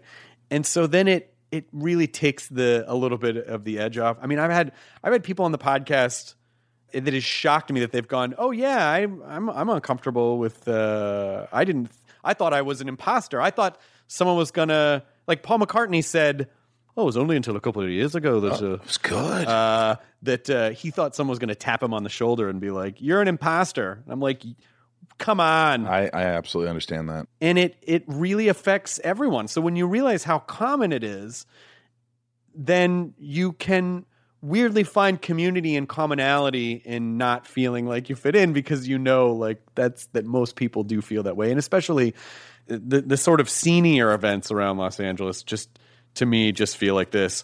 C: And so then it it really takes the a little bit of the edge off. I mean, I've had I've had people on the podcast eh, that has shocked me that they've gone, "Oh yeah, I I'm I'm uncomfortable with uh I didn't I thought I was an imposter. I thought someone was going to like Paul McCartney said, "Oh, it was only until a couple of years ago that uh,
A: It was good.
C: uh, that uh, he thought someone was going to tap him on the shoulder and be like, "You're an imposter." And I'm like, "Come on!"
A: I, I absolutely understand that.
C: and it it really affects everyone. So when you realize how common it is, then you can weirdly find community and commonality in not feeling like you fit in because you know like that's that most people do feel that way and especially the the sort of senior events around Los Angeles just to me just feel like this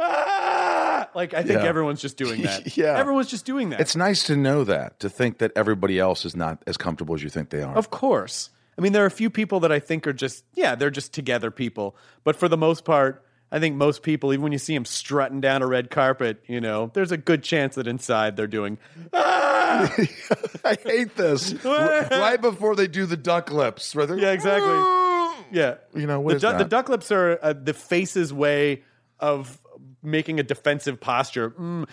C: Ah! Like I think
A: Yeah.
C: everyone's just doing
A: *laughs*
C: that.
A: Yeah.
C: Everyone's just doing that.
A: It's nice to know that, to think that everybody else is not as comfortable as you think they are.
C: Of course. I mean, there are a few people that I think are just, yeah, they're just together people. But for the most part, I think most people, even when you see them strutting down a red carpet, you know, there's a good chance that inside they're doing, *laughs*
A: *laughs*
C: "Ah!"
A: Oh, I hate *laughs* this. R- right before they do the duck lips. Where they're-
C: Yeah, exactly. yeah.
A: You know, what
C: the,
A: is
C: du- the
A: that?
C: duck lips are uh, the face's way of making a defensive posture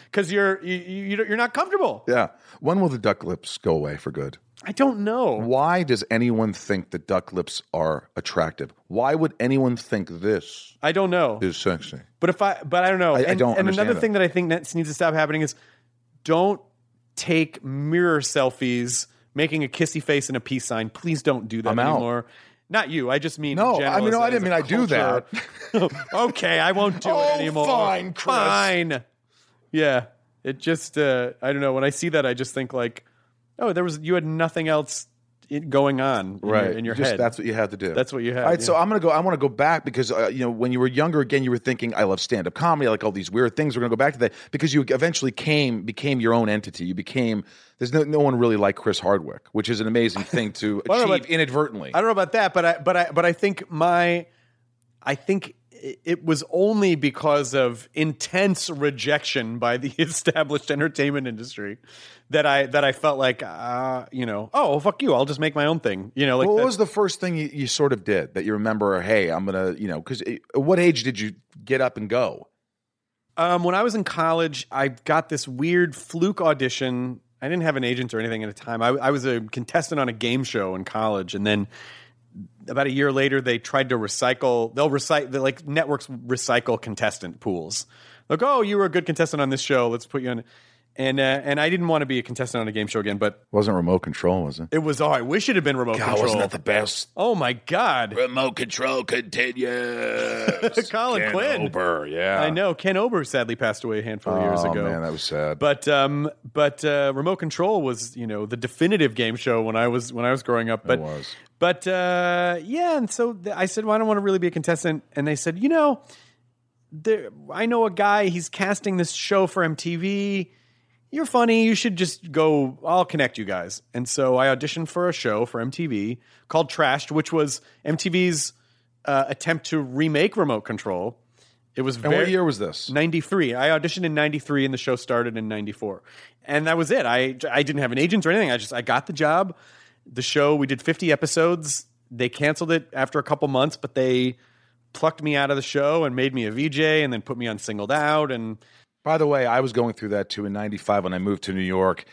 C: because you're you, you you're not comfortable.
A: Yeah. When will the duck lips go away for good?
C: I don't know.
A: Why does anyone think that duck lips are attractive? Why would anyone think this
C: I don't know.
A: is sexy?
C: But if I, but I don't know.
A: I
C: and,
A: don't
C: And
A: understand
C: another
A: that.
C: thing that I think that needs to stop happening is don't take mirror selfies making a kissy face and a peace sign. Please don't do that
A: I'm out.
C: anymore. Not you. I just mean
A: No,
C: in
A: I mean, no,
C: general
A: I
C: as a-
A: didn't mean
C: as
A: I
C: a
A: do that.
C: culture. *laughs* okay, I won't do
A: Oh,
C: it anymore.
A: fine, Chris.
C: Fine. Yeah. It just uh, I don't know. When I see that, I just think like, oh, there was you had nothing else i- going on in your, in your
A: Just
C: head.
A: That's what you had to do.
C: That's what you had,
A: All right, so
C: yeah.
A: I'm gonna go. I want to go back because uh, you know when you were younger, again, you were thinking, "I love stand up comedy. I like all these weird things." We're gonna go back to that because you eventually came became your own entity. You became there's no no one really like Chris Hardwick, which is an
C: *laughs*
A: amazing thing to
C: I don't know
A: achieve
C: about-
A: inadvertently.
C: I don't know about that, but I but I but I think my I think i- it was only because of intense rejection by the *laughs* established entertainment industry that I that I felt like uh, you know oh well, fuck you I'll just make my own thing you know like
A: Well, what
C: that-
A: was the first thing you, you sort of did that you remember? Hey, I'm gonna, you know, because at what age did you get up and go?
C: um, when I was in college I got this weird fluke audition I didn't have an agent or anything at the time I, I was a contestant on a game show in college and then about a year later they tried to recycle they'll recycle they like networks recycle contestant pools like oh you were a good contestant on this show let's put you on and uh, and i didn't want to be a contestant on a game show again but
A: Wasn't remote control, was it?
C: it was oh i wish it had been remote control
A: the best?
C: oh my god
A: Remote control continues.
C: *laughs* Colin Quinn.
A: Ober, yeah.
C: i know ken ober sadly passed away a handful of years
A: Oh,
C: ago
A: man, that was sad.
C: but um but uh, remote control was you know the definitive game show when i was when i was growing up but
A: was.
C: but uh yeah and so th- i said well i don't want to really be a contestant and they said you know there, i know a guy he's casting this show for mtv you're funny you should just go i'll connect you guys and so i auditioned for a show for mtv called trashed which was mtv's uh, attempt to remake remote control it was
A: and
C: very
A: what year was this?
C: 93. I auditioned in 93 and the show started in 94. And that was it. I I didn't have an agent or anything. I just I got the job. The show, we did 50 episodes. They canceled it after a couple months, but they plucked me out of the show and made me a VJ and then put me on singled out and
A: By the way, I was going through that too in '95 when I moved to New York.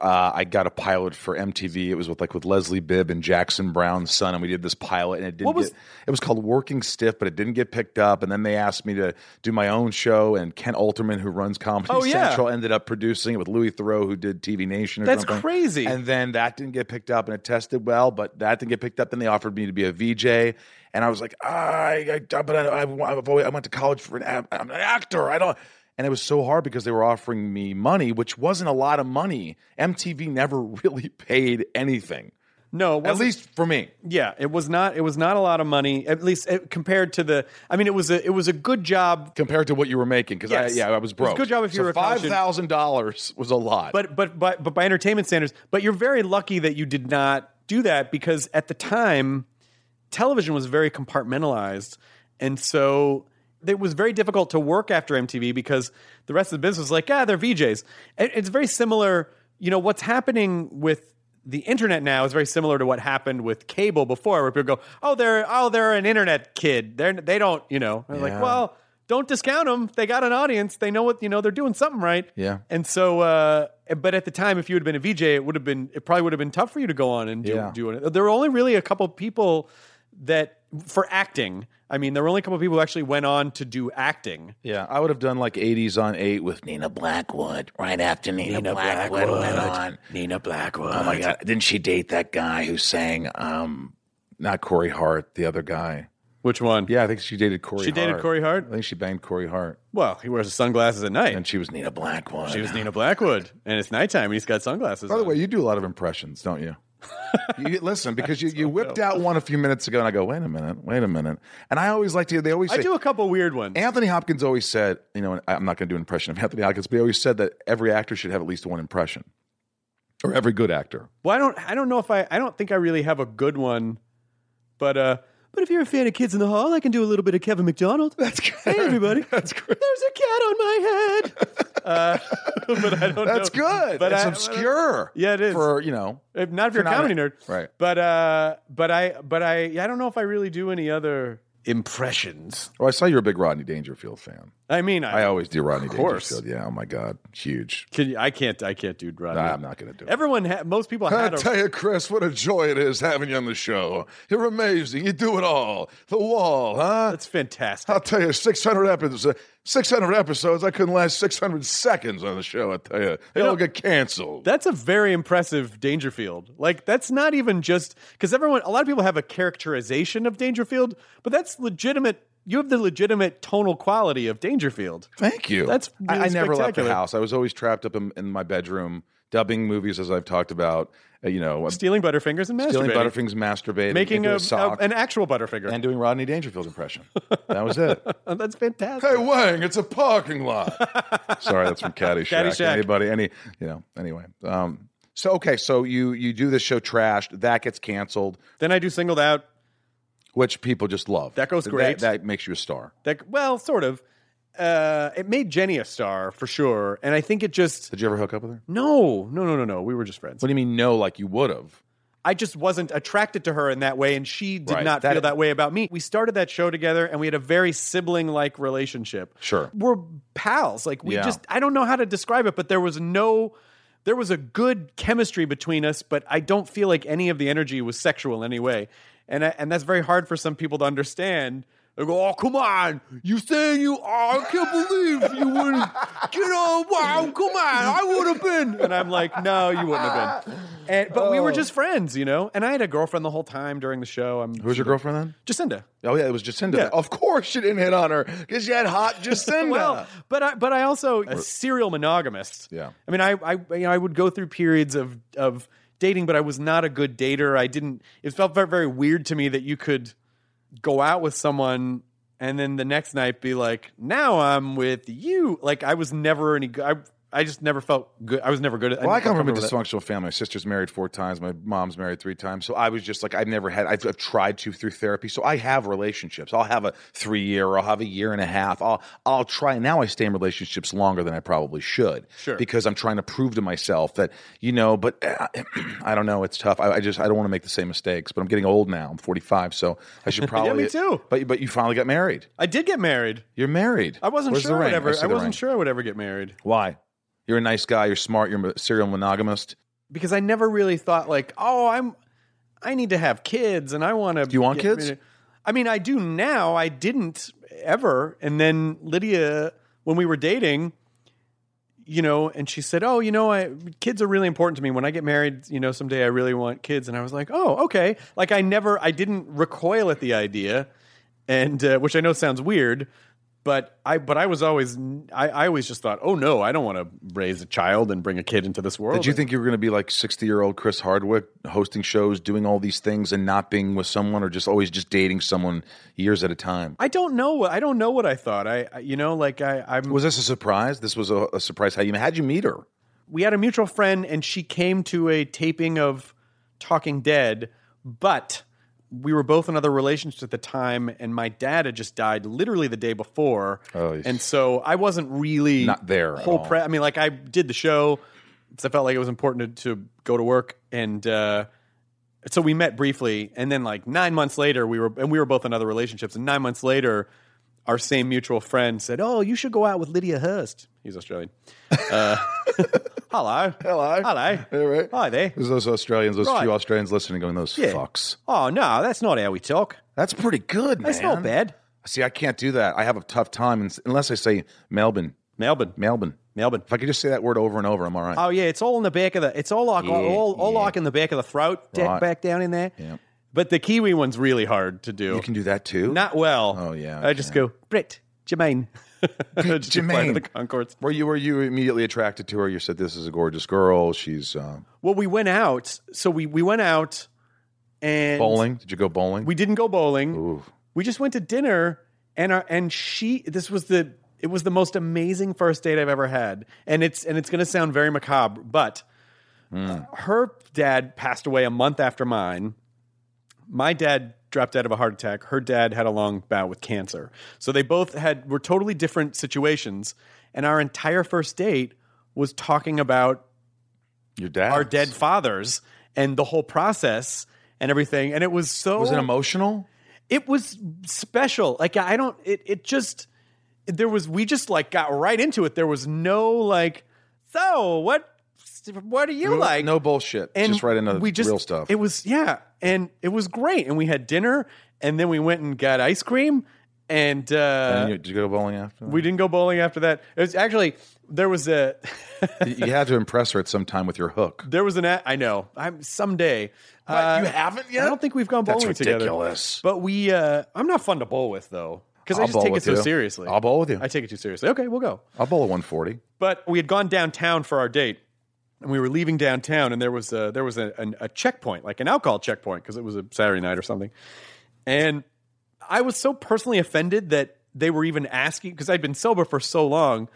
A: Uh, I got a pilot for MTV. It was with like with Leslie Bibb and Jackson Brown's son, and we did this pilot, and it didn't.
C: What was-
A: get, it was called Working Stiff, but it didn't get picked up. And then they asked me to do my own show, and Ken Alterman, who runs Comedy
C: Oh, yeah.
A: Central, ended up producing it with Louis Theroux, who did TV Nation. Or
C: That's
A: something.
C: crazy.
A: And then that didn't get picked up, and it tested well, but that didn't get picked up. Then they offered me to be a VJ, and I was like, I, I but I, I, I've always, I went to college for an, a- I'm an actor. I don't. And it was so hard because they were offering me money, which wasn't a lot of money. MTV never *laughs* really paid anything,
C: no, it
A: at
C: wasn't-
A: least for me.
C: yeah, it was not it was not a lot of money at least uh, compared to the I mean it was a it was a good job
A: Compared to what you were making, because
C: Yes.
A: yeah, I
C: It was
A: was
C: a
A: broke.
C: good job if you
A: So
C: were a
A: five
C: college-
A: thousand dollars was a lot.
C: but but but but by entertainment standards, but you're very lucky that you did not do that because at the time television was very compartmentalized and so it was very difficult to work after MTV because the rest of the business was like, ah, they're VJs. And it's very similar, you know, what's happening with the internet now is very similar to what happened with cable before, where people go, oh, they're oh, they're an internet kid. They're they don't, you know, they're like,
A: Yeah.
C: well, don't discount them. They got an audience. They know what you know. They're doing something right.
A: Yeah.
C: And so, uh, but at the time, if you had been a VJ, it would have been it probably would have been tough for you to go on and do,
A: Yeah.
C: do it. There were only really a couple people that for acting. I mean, there were only a couple people who actually went on to do acting.
A: yeah, I would have done like '80s on eight with Nina Blackwood right after Nina, Blackwood, went on.
D: Nina Blackwood.
A: Oh my god! Didn't she date that guy who sang? Um, not Corey Hart, the other guy.
C: Which one?
A: Yeah, I think she dated Corey.
C: She dated
A: Hart.
C: Corey Hart?
A: I think she banged Corey Hart,
C: Well, he wears sunglasses at night.
A: and she was Nina Blackwood.
C: she was Nina Blackwood, and it's nighttime, and he's got sunglasses.
A: By the
C: on.
A: way, you do a lot of impressions, don't you? You, listen, because you, you whipped out one a few minutes ago, and I go, wait a minute, wait a minute. And I always like to, they always
C: I
A: say,
C: do a couple weird ones.
A: Anthony Hopkins always said, you know, and I- I'm not going to do an impression of *laughs* Anthony Hopkins, but he always said that every actor should have at least one impression or every good actor.
C: Well, I don't I don't know if I I don't think I really have a good one, but uh but if you're a fan of Kids in the Hall, I can do a little bit of Kevin McDonald. That's good. Hey
A: *laughs*
C: everybody. That's good. There's a cat on my head. uh, *laughs* but I don't
A: That's
C: know.
A: good.
C: But
A: But it's
C: I-
A: obscure.
C: Yeah, it is.
A: For, you know,
C: If not if you're a
A: You're not
C: comedy
A: a-
C: nerd.
A: right.
C: But uh but I but I I don't know if I really do any other impressions.
A: Oh, I saw you're a big Rodney Dangerfield fan.
C: I mean
A: I
C: I,
A: always do Rodney
C: course.
A: Dangerfield. Yeah. Oh my God, huge.
C: can you- I can't I can't do Rodney.
A: Nah, I'm not going to do it.
C: Everyone ha- most people
A: I *laughs*
C: had a
A: tell you, Chris, what a joy it is having you on the show. You're amazing. You do it all. The wall, huh?
C: that's fantastic.
A: I'll tell you, 600 episodes. 600 episodes. I couldn't last 600 seconds on the show. I tell you, they
C: You know-
A: all get canceled.
C: That's a very impressive Dangerfield. Like that's not even just because everyone, a lot of people have a characterization of Dangerfield, but that's legitimate. You have the legitimate tonal quality of Dangerfield.
A: Thank you.
C: That's
A: I, I
C: really
A: never left the
C: spectacular.
A: house. I was always trapped up in, in my bedroom, dubbing movies as I've talked about. uh, you know,
C: Stealing Butterfingers and masturbating,
A: stealing Butterfingers, masturbating,
C: making
A: into
C: a,
A: a, sock,
C: a- an actual Butterfinger.
A: and doing Rodney Dangerfield impression. That was it.
C: Uh, that's
A: *laughs*
C: fantastic.
A: hey Wang, it's a parking
C: *laughs*
A: lot. Sorry, that's from Caddyshack.
C: Caddyshack.
A: Anybody, any, you know. Anyway, um, so okay, so you you do this show trashed, that gets canceled,
C: Then I do singled out.
A: which people just love.
C: That goes great.
A: That, makes you a star.
C: That well, sort of. Uh, it made Jenny a star for sure, and I think it just
A: Did you ever hook up with her?
C: no, no, no, no, no. We were just friends.
A: What do you mean? No, like you would have.
C: I just wasn't attracted to her in that way, and she did
A: Right.
C: not
A: That-
C: feel that way about me. We started that show together, and we had a very sibling like relationship.
A: Sure.
C: We're pals. Like, we
A: Yeah.
C: just, I don't know how to describe it, but there was no, there was a good chemistry between us, but I don't feel like any of the energy was sexual in any way. And, I, and that's very hard for some people to understand. They go, oh, come on. You saying you, oh, I can't believe you wouldn't. *laughs* Get on, wow, come on. I would have been. And I'm like, no, you wouldn't have been. And, but we were just friends, you know? And I had a girlfriend the whole time during the show. I'm
A: Who was your girlfriend then?
C: Jacinda.
A: Oh yeah, it was Jacinda.
C: Yeah.
A: Of course you didn't hit on her because she had *laughs* hot Jacinda.
C: Well, but I but I also a serial monogamist.
A: Yeah.
C: I mean, I I you know I would go through periods of of dating, but I was not a good dater. I didn't. It felt very very weird to me that you could go out with someone and then the next night be like, now I'm with you. Like I was never any good. I I just never felt good. I was never good. at
A: Well, I
C: never
A: come from a
C: felt comfortable with
A: dysfunctional family. My sister's married four times. My mom's married three times. So I was just like, I've never had. I've, I've tried to through therapy. So I have relationships. I'll have a three year. I'll have a year and a half. I'll I'll try. Now I stay in relationships longer than I probably should.
C: Sure.
A: Because I'm trying to prove to myself that you know. But uh, *clears throat* I don't know. It's tough. I, I just I don't want to make the same mistakes. But I'm getting old now. I'm 45. So I
C: *laughs*
A: should probably.
C: me too.
A: But but you finally got married.
C: that. I did get married.
A: You're married.
C: I wasn't
A: Where's the
C: sure I would
A: ring?
C: ever.
A: see
C: I,
A: the
C: wasn't
A: ring.
C: sure I would ever get married
A: Why? You're a nice guy. You're smart. You're a serial monogamist.
C: because I never really thought like, oh, I'm I need to have kids and I want to. Do
A: you want kids?
C: I mean, I do now. I didn't ever. And then Lydia, when we were dating, you know, and she said, "Oh, you know, I kids are really important to me. When I get married, you know, someday I really want kids." And I was like, "Oh, okay." Like I never, I didn't recoil at the idea, and uh, which I know sounds weird, but I, but I was always, I, I always just thought, "Oh no, I don't want to raise a child and bring a kid into this world."
A: Did you think you were going to be like 60 year old Chris Hardwick hosting shows, doing all these things and not being with someone or just always just dating someone years at a time?
C: I don't know. I don't know what I thought. I, I you know, like I, I'm.
A: Was this a surprise? This was a, a surprise. How you how'd you meet her?
C: We had a mutual friend, and she came to a taping of Talking Dead, but we were both in other relationships at the time, and my dad had just died literally the day before,
A: Oh, yes.
C: and so I wasn't really
A: Not there at
C: Whole
A: all.
C: pre. I mean, like I did the show because I felt like it was important to, to go to work, and uh, so we met briefly, and then like nine months later, we were and we were both in other relationships, and nine months later. Our same mutual friend said, "Oh, you should go out with Lydia Hurst." He's Australian. Uh, *laughs* hello,
A: Hello.
C: hello,
A: Yeah, right.
C: hi there.
A: There's those Australians, those
C: Right.
A: few Australians listening, going, those fucks.
C: Oh no, that's not how we talk.
A: That's pretty good, man.
C: That's not bad.
A: See, I can't do that. I have a tough time ins- unless I say Melbourne,
C: Melbourne,
A: Melbourne.
C: Melbourne.
A: If I could just say that word over and over, I'm all right.
C: Oh yeah, it's all in the back of the. It's all like all, all like in the back of the throat, deck
A: Right.
C: back down in there.
A: Yeah.
C: But the Kiwi one's really hard to do.
A: you can do that too.
C: Not well.
A: Oh, yeah,
C: I just
A: okay.
C: go Brit,
A: *laughs*
C: Jermaine. Just apply to
A: Jermaine.
C: the Concords.
A: Were you were you immediately attracted to her? You said this is a gorgeous girl. She's um,
C: Well, we went out. So we we went out and
A: bowling. Did you go bowling?
C: We didn't go bowling.
A: Ooh.
C: We just went to dinner and our and she this was the it was the most amazing first date I've ever had. And it's and it's going to sound very macabre, but
A: Hmm.
C: her dad passed away a month after mine. My dad dropped out of a heart attack. Her dad had a long bout with cancer. So they both had were totally different situations and our entire first date was talking about
A: Your dad.
C: our dead fathers and the whole process and everything and it was so
A: was it emotional?
C: it was special like i don't it, it just there was we just like got right into it there was no like so what what are you like
A: no bullshit.
C: and
A: just right into the
C: we just
A: real stuff.
C: it was yeah and it was great and we had dinner and then we went and got ice cream and uh
A: and you, did you go bowling after? that?
C: we didn't go bowling after that it was actually there was a *laughs*
A: you had to impress her at some time with your hook.
C: there was an a- i know i'm someday uh,
A: haven't
C: I don't think we've gone
A: That's
C: bowling together.
A: ridiculous.
C: But we, uh, I'm not fun to bowl with though, because I
A: I'll
C: just
A: bowl
C: take it
A: with
C: so
A: you.
C: seriously.
A: I'll bowl with you.
C: I take it too seriously. Okay, we'll go.
A: I'll bowl a 140.
C: But we had gone downtown for our date, and we were leaving downtown, and there was a, there was a, an, a checkpoint, like an alcohol checkpoint, because it was a Saturday night or something. And I was so personally offended that they were even asking because I'd been sober for so long.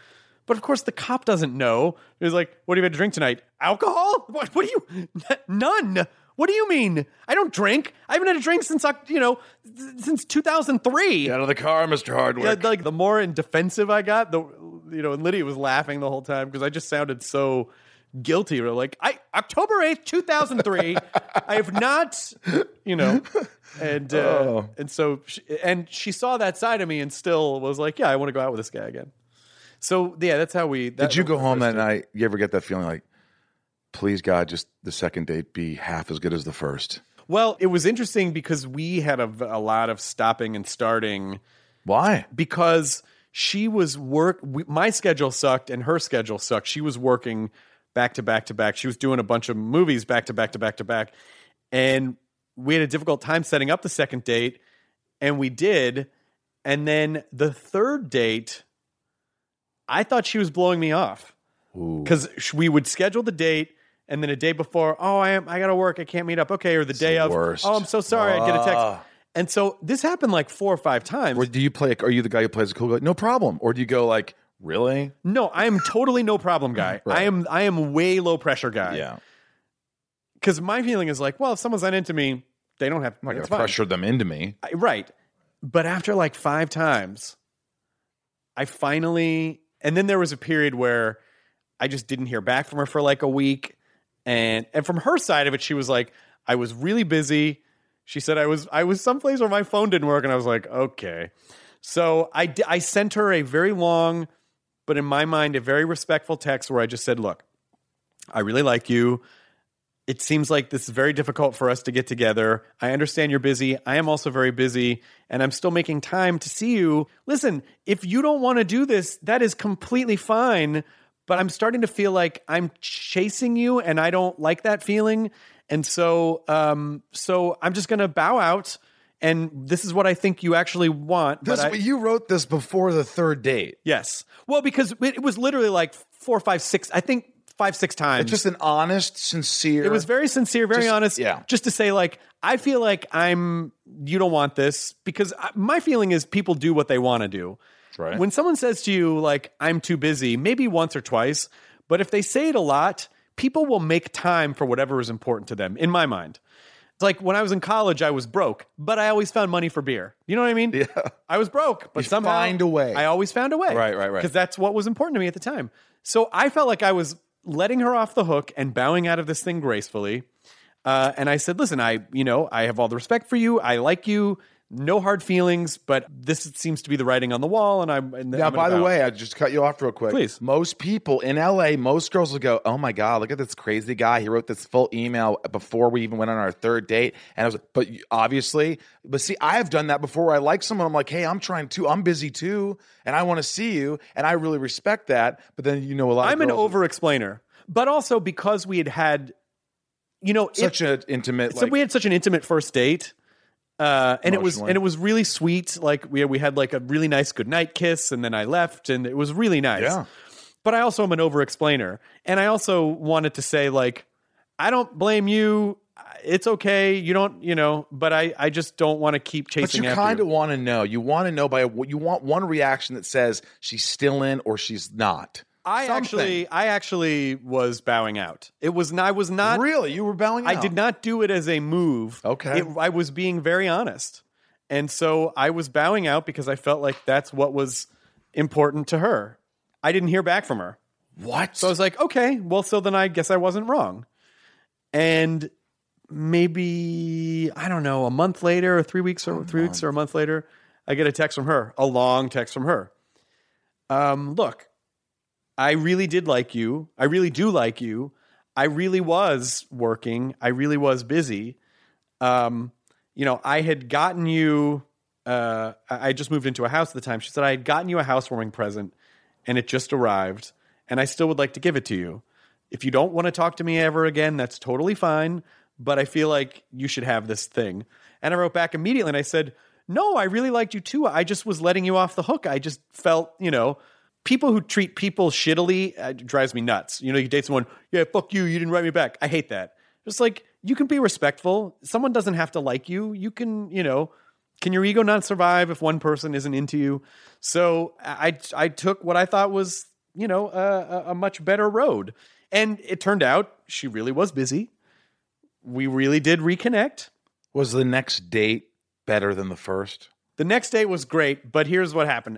C: But of course, the cop doesn't know. He was like, "What do you had to drink tonight? Alcohol? What? What do you? N- none. What do you mean? I don't drink. I haven't had a drink since Oc- you know th- since 2003.
A: Get out of the car, Mr.
C: Yeah,
A: Hardwick.
C: like the more in defensive I got, the you know, and Lydia was laughing the whole time because I just sounded so guilty. We're like, I October eighth, two thousand three, I have not, you know, and uh,
A: Oh.
C: and so she, and she saw that side of me and still was like, yeah, I want to go out with this guy again. So yeah, that's how we. That
A: Did you go home that night? You ever get that feeling like, please God, just the second date be half as good as the first?
C: Well, it was interesting because we had a, a lot of stopping and starting.
A: Why?
C: because she was work we, my schedule sucked and her schedule sucked she was working back to back to back she was doing a bunch of movies back to back to back to back and we had a difficult time setting up the second date and we did and then the third date i thought she was blowing me off
A: Ooh.
C: because we would schedule the date and then a day before oh i am i gotta work i can't meet up okay or the day
A: the
C: of
A: worst.
C: oh i'm so sorry i get a
A: Ah.
C: text and so this happened like four or five times
A: Or do you play? Are you the guy who plays the cool guy? No problem. Or do you go like, really?
C: No, I am totally no
A: *laughs*
C: problem guy.
A: Right.
C: I am I am way low pressure guy. Because my feeling is like, well, if someone's not into me, they don't have
A: I'm not
C: it's
A: gonna
C: fine.
A: pressure them into me.
C: I- right. But after like five times, I finally and then there was a period where I just didn't hear back from her for like a week. And and from her side of it, she was like, I was really busy. She said I was I was someplace where my phone didn't work, and I was like, okay. So I di- I sent her a very long, but in my mind, a very respectful text where I just said, look, I really like you. It seems like this is very difficult for us to get together. I understand you're busy. I am also very busy, and I'm still making time to see you. Listen, if you don't want to do this, that is completely fine, but I'm starting to feel like I'm chasing you and I don't like that feeling. And so um so I'm just going to bow out and this is what I think you actually want. but
A: This,
C: I-
A: you wrote this before the third date.
C: Yes. Well, because it it was literally like four, five, six. I think five, six times.
A: It's just an honest, sincere.
C: it was very sincere, very
A: Just-
C: honest.
A: yeah.
C: Just to say, like, I feel like I'm. You don't want this because I, my feeling is people do what they want to do.
A: Right.
C: When someone says to you, like, I'm too busy, maybe once or twice, but if they say it a lot, people will make time for whatever is important to them. In my mind. It's like when I was in college, I was broke, but I always found money for beer. You know what I
A: *laughs*
C: mean? Yeah. I was broke, but
A: You
C: somehow
A: find a way.
C: I always found a way.
A: Right, right, right.
C: Because that's what was important to me at the time. So I felt like I was letting her off the hook and bowing out of this thing gracefully. Uh, and I said, "Listen, I, you know, I have all the respect for you. I like you. No hard feelings, but this seems to be the writing on the wall." And I'm and
A: Now,
C: I'm
A: by the
C: about-
A: way, I just cut you off real quick.
C: Please.
A: Most people in LA, most girls will go, Oh my God, look at this crazy guy. He wrote this full email before we even went on our third date. And I was like, But you- obviously, but see, I have done that before. where I like someone. I'm like, Hey, I'm trying to, I'm busy too. And I want to see you. And I really respect that. But then, you know, a lot
C: I'm
A: of
C: an
A: girls,
C: over explainer, but also because we had had, you know, if-
A: such an intimate,
C: so
A: like,
C: we had such an intimate first date. Uh, and it was
A: Emotionally.
C: and it was really sweet. Like we we had like a really nice goodnight kiss, and then I left, and it was really nice.
A: Yeah.
C: But I also am an over explainer, and I also wanted to say like I don't blame you. It's okay. You don't you know, but I I just don't want to keep
A: But
C: chasing
A: you
C: after
A: kind
C: you.
A: of want to know. You want to know by you want one reaction that says she's still in or she's not.
C: I
A: something.
C: actually I actually was bowing out. It was I was not
A: really, you were bowing.
C: I did not do it as a move.
A: Okay.
C: It- I was being very honest. And so I was bowing out because I felt like that's what was important to her. I didn't hear back from her.
A: What?
C: So I was like, okay, well, so then I guess I wasn't wrong. And maybe, I don't know, a month later or three weeks or three weeks or a month later, I get a text from her, a long text from her. Um, look, I really did like you. I really do like you. I really was working. I really was busy. Um, you know, I had gotten you. Uh, I I just moved into a house at the time. She said I had gotten you a housewarming present, and it just arrived. And I still would like to give it to you. If you don't want to talk to me ever again, that's totally fine. But I feel like you should have this thing. And I wrote back immediately, and I said, "No, I really liked you too. I just was letting you off the hook. I just felt, you know." People who treat people shittily uh, drives me nuts. You know, you date someone, yeah, fuck you, you didn't write me back. I hate that. Just like you can be respectful. Someone doesn't have to like you. You can, you know, can your ego not survive if one person isn't into you? So I I took what I thought was, you know, a, a- a much better road. And it turned out she really was busy. We really did reconnect.
A: was the next date better than the first?
C: The next day was great, but here's what happened.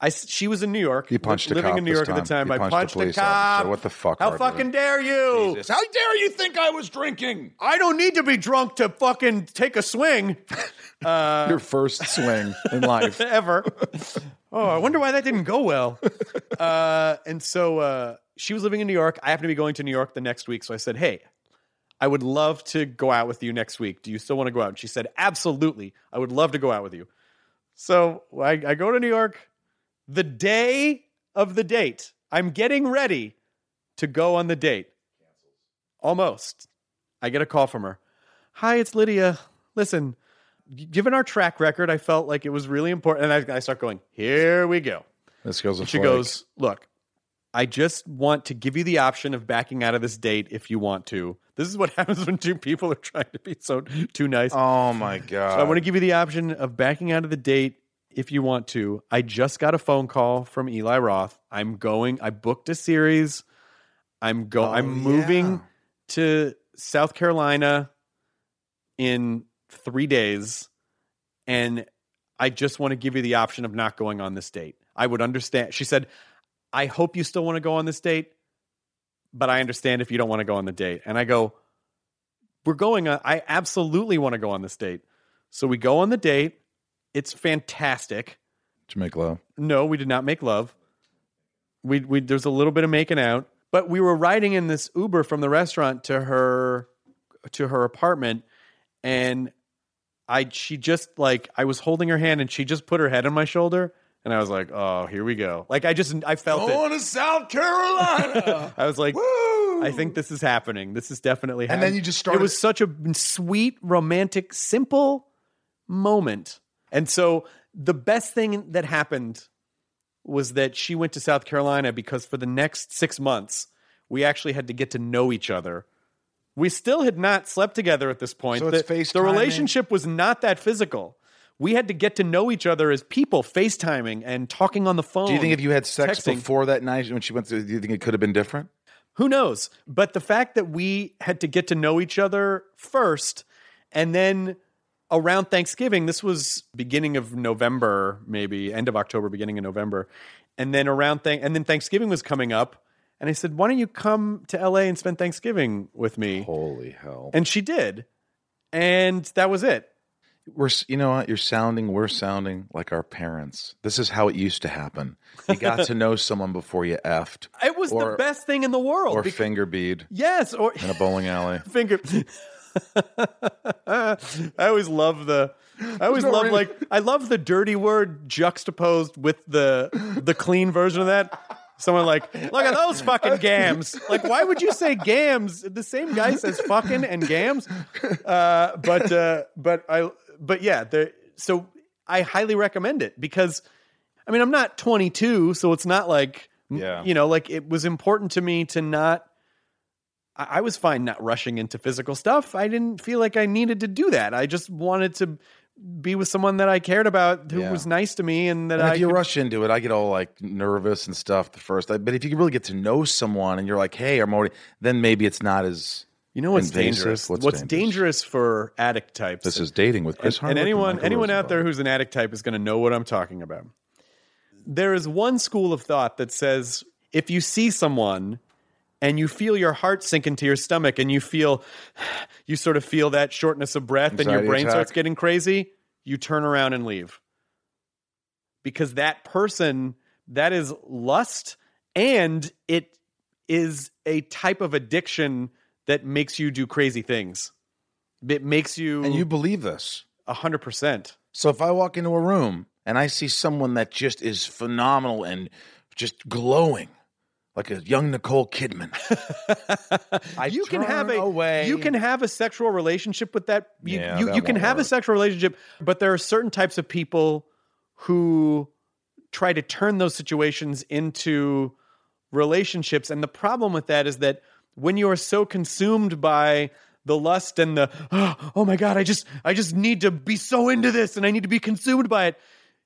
C: I s- she was in New York.
A: You punched a
C: living
A: cop
C: in New
A: this
C: York at the
A: time.
C: time.
A: You
C: I
A: punched a
C: punched a,
A: police
C: cop.
A: officer. What the fuck,
C: How
A: Harvard?
C: fucking dare you?
A: How dare you think I was drinking?
C: I don't need to be drunk to fucking take a swing.
A: *laughs* Your first swing in life.
C: *laughs* ever. Oh, I wonder why that didn't go well. Uh, and so uh, she was living in New York. I happened to be going to New York the next week. So I said, Hey, I would love to go out with you next week. Do you still want to go out? And she said, Absolutely. I would love to go out with you. So I, I go to New York the day of the date. I'm getting ready to go on the date. Almost. I get a call from her. Hi, it's Lydia. Listen, given our track record, I felt like it was really important. And I, I start going, here we go.
A: This goes. a
C: She
A: flake.
C: goes, look, I just want to give you the option of backing out of this date if you want to. This is what *laughs* happens when two people are trying to be so too nice.
A: Oh my god.
C: So I want to give you the option of backing out of the date if you want to. I just got a phone call from Eli Roth. I'm going. I booked a series. I'm go.
A: Oh,
C: I'm moving
A: yeah.
C: to South Carolina in three days, and I just want to give you the option of not going on this date. I would understand. She said, "I hope you still want to go on this date, but I understand if you don't want to go on the date." And I go, "We're going. On, I absolutely want to go on this date." So we go on the date. It's fantastic.
A: Did you make love?
C: No, we did not make love. We we there's a little bit of making out, but we were riding in this Uber from the restaurant to her to her apartment and I she just like I was holding her hand and she just put her head on my shoulder and I was like, "Oh, here we go." Like I just I felt it.
A: to South *laughs* Carolina.
C: I was like,
A: Woo!
C: I think this is happening. This is definitely
A: And
C: happening.
A: then you just started.
C: It was such a sweet, romantic, simple moment. And so the best thing that happened was that she went to South Carolina because for the next six months, we actually had to get to know each other. We still had not slept together at this point.
A: So
C: the,
A: it's FaceTiming.
C: the relationship was not that physical. We had to get to know each other as people, FaceTiming and talking on the phone.
A: Do you think if you had sex
C: texting.
A: before that night when she went through, do you think it could have been different?
C: Who knows? But the fact that we had to get to know each other first and then around Thanksgiving, this was beginning of November, maybe end of October, beginning of November. And then around thing and then Thanksgiving was coming up. And I said, Why don't you come to LA and spend Thanksgiving with me?
A: Holy hell!
C: And she did. And that was it.
A: we're s- you know what you're sounding we're sounding like our parents this is how it used to happen you got
C: *laughs*
A: to know someone before you effed
C: It was
A: Or-
C: the best thing in the world.
A: or
C: bec-
A: finger bead
C: yes, or
A: in a bowling alley *laughs*
C: finger. *laughs* I always love the. I always
A: no
C: love
A: reason.
C: like I love the dirty word juxtaposed with the the clean version of that. Someone like, look at those fucking gams. Like, why would you say gams? The same guy says fucking and gams. Uh, but uh, but I but yeah, there. So I highly recommend it because, I mean, I'm not 22, so it's not like
A: Yeah.
C: you know, like it was important to me to not. I I was fine not rushing into physical stuff. I didn't feel like I needed to do that. I just wanted to be with someone that I cared about, who
A: Yeah.
C: was nice to me, and that
A: And
C: I
A: if you
C: could-
A: rush into it, I get all like nervous and stuff the first. But if you can really get to know someone and you're like, "Hey, I'm already," then maybe it's not as
C: You know what's
A: And dangerous.
C: dangerous?
A: What's
C: What's,
A: dangerous?
C: dangerous? for addict types?
A: this is dating with Chris.
C: and, and
A: Hardwick
C: anyone
A: Michael
C: anyone out there
A: Rosenbaum.
C: who's an addict type is going to know what I'm talking about. There is one school of thought that says if you see someone and you feel your heart sink into your stomach and you feel you sort of feel that shortness of breath and
A: Anxiety
C: your brain
A: attack.
C: starts getting crazy, you turn around and leave. Because that person that is lust and it is a type of addiction that makes you do crazy things. It makes you
A: and you believe this.
C: a hundred percent.
A: So if I walk into a room and I see someone that just is phenomenal and just glowing, like a young Nicole Kidman, *laughs* *laughs* I
C: you can have
A: turn
C: a
A: away.
C: you can have a sexual relationship with that. You
A: Yeah,
C: you,
A: that
C: you can
A: won't
C: have a
A: work.
C: sexual relationship, but there are certain types of people who try to turn those situations into relationships, and the problem with that is that when you are so consumed by the lust and the *gasps* oh, oh my god, I just I just need to be so into this, and I need to be consumed by it.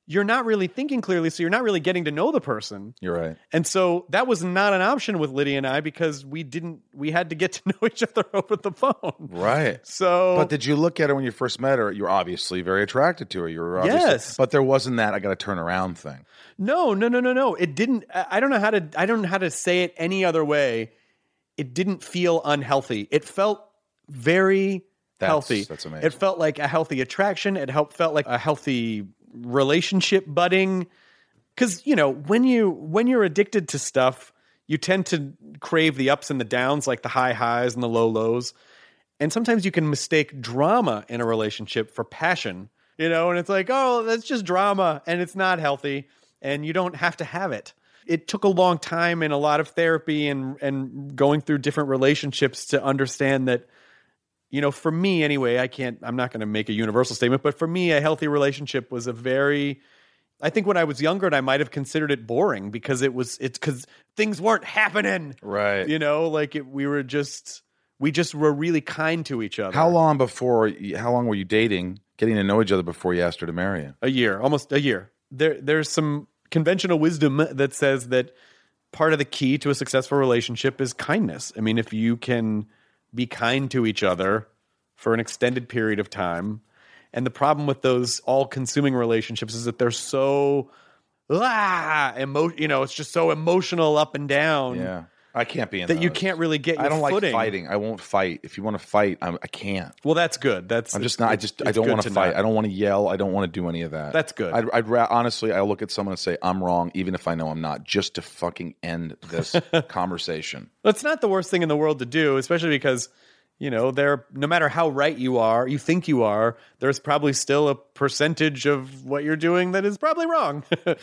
C: You're not really thinking clearly, so you're not really getting to know the person.
A: You're right.
C: And so that was not an option with Lydia and I because we didn't we had to *laughs* get to know each other over the phone.
A: Right.
C: So
A: But did you look at her when you first met her? You're obviously very attracted to her. You're obviously,
C: Yes.
A: But there wasn't that I got to turn around thing.
C: no, no, no, no, no. It didn't I I don't know how to I don't know how to say it any other way. It didn't feel unhealthy. It felt very
A: That's,
C: healthy.
A: That's amazing.
C: It felt like a healthy attraction. It helped felt like a healthy relationship budding. Cause you know, when you when you're addicted to stuff, you tend to crave the ups and the downs, like the high highs and the low lows. And sometimes you can mistake drama in a relationship for passion, you know, and it's like, oh, that's just drama and it's not healthy and you don't have to have it. It took a long time and a lot of therapy and and going through different relationships to understand that you know, for me anyway, I can't, I'm not going to make a universal statement, but for me, a healthy relationship was a very, I think when I was younger, and I might have considered it boring because it was, it's because things weren't happening,
A: right.
C: you know, like it, we were just, we just were really kind to each other.
A: How long before? you- How long were you dating, getting to know each other before you asked her to marry you?
C: A year, almost a year. There, there's some conventional wisdom that says that part of the key to a successful relationship is kindness. I mean, if you can be kind to each other for an extended period of time, and the problem with those all-consuming relationships is that they're so ah, emo- you know, it's just so emotional up and down
A: Yeah, I can't be in
C: that you
A: those.
C: can't really get. Your
A: I don't like
C: footing.
A: fighting. I won't fight. If you want to fight, I'm, I can't.
C: Well, that's good. That's
A: I'm just not. I
C: it's-
A: just. I
C: it's
A: don't
C: good
A: want to fight.
C: not-
A: I don't want to yell. I don't want to do any of that.
C: That's good.
A: I'd, I'd ra- honestly, I look at someone and say I'm wrong, even if I know I'm not, just to fucking end *laughs* this conversation.
C: That's not the worst thing in the world to do, especially because you know there. No matter how right you are, you think you are, there's probably still a percentage of what you're doing that is probably wrong. *laughs*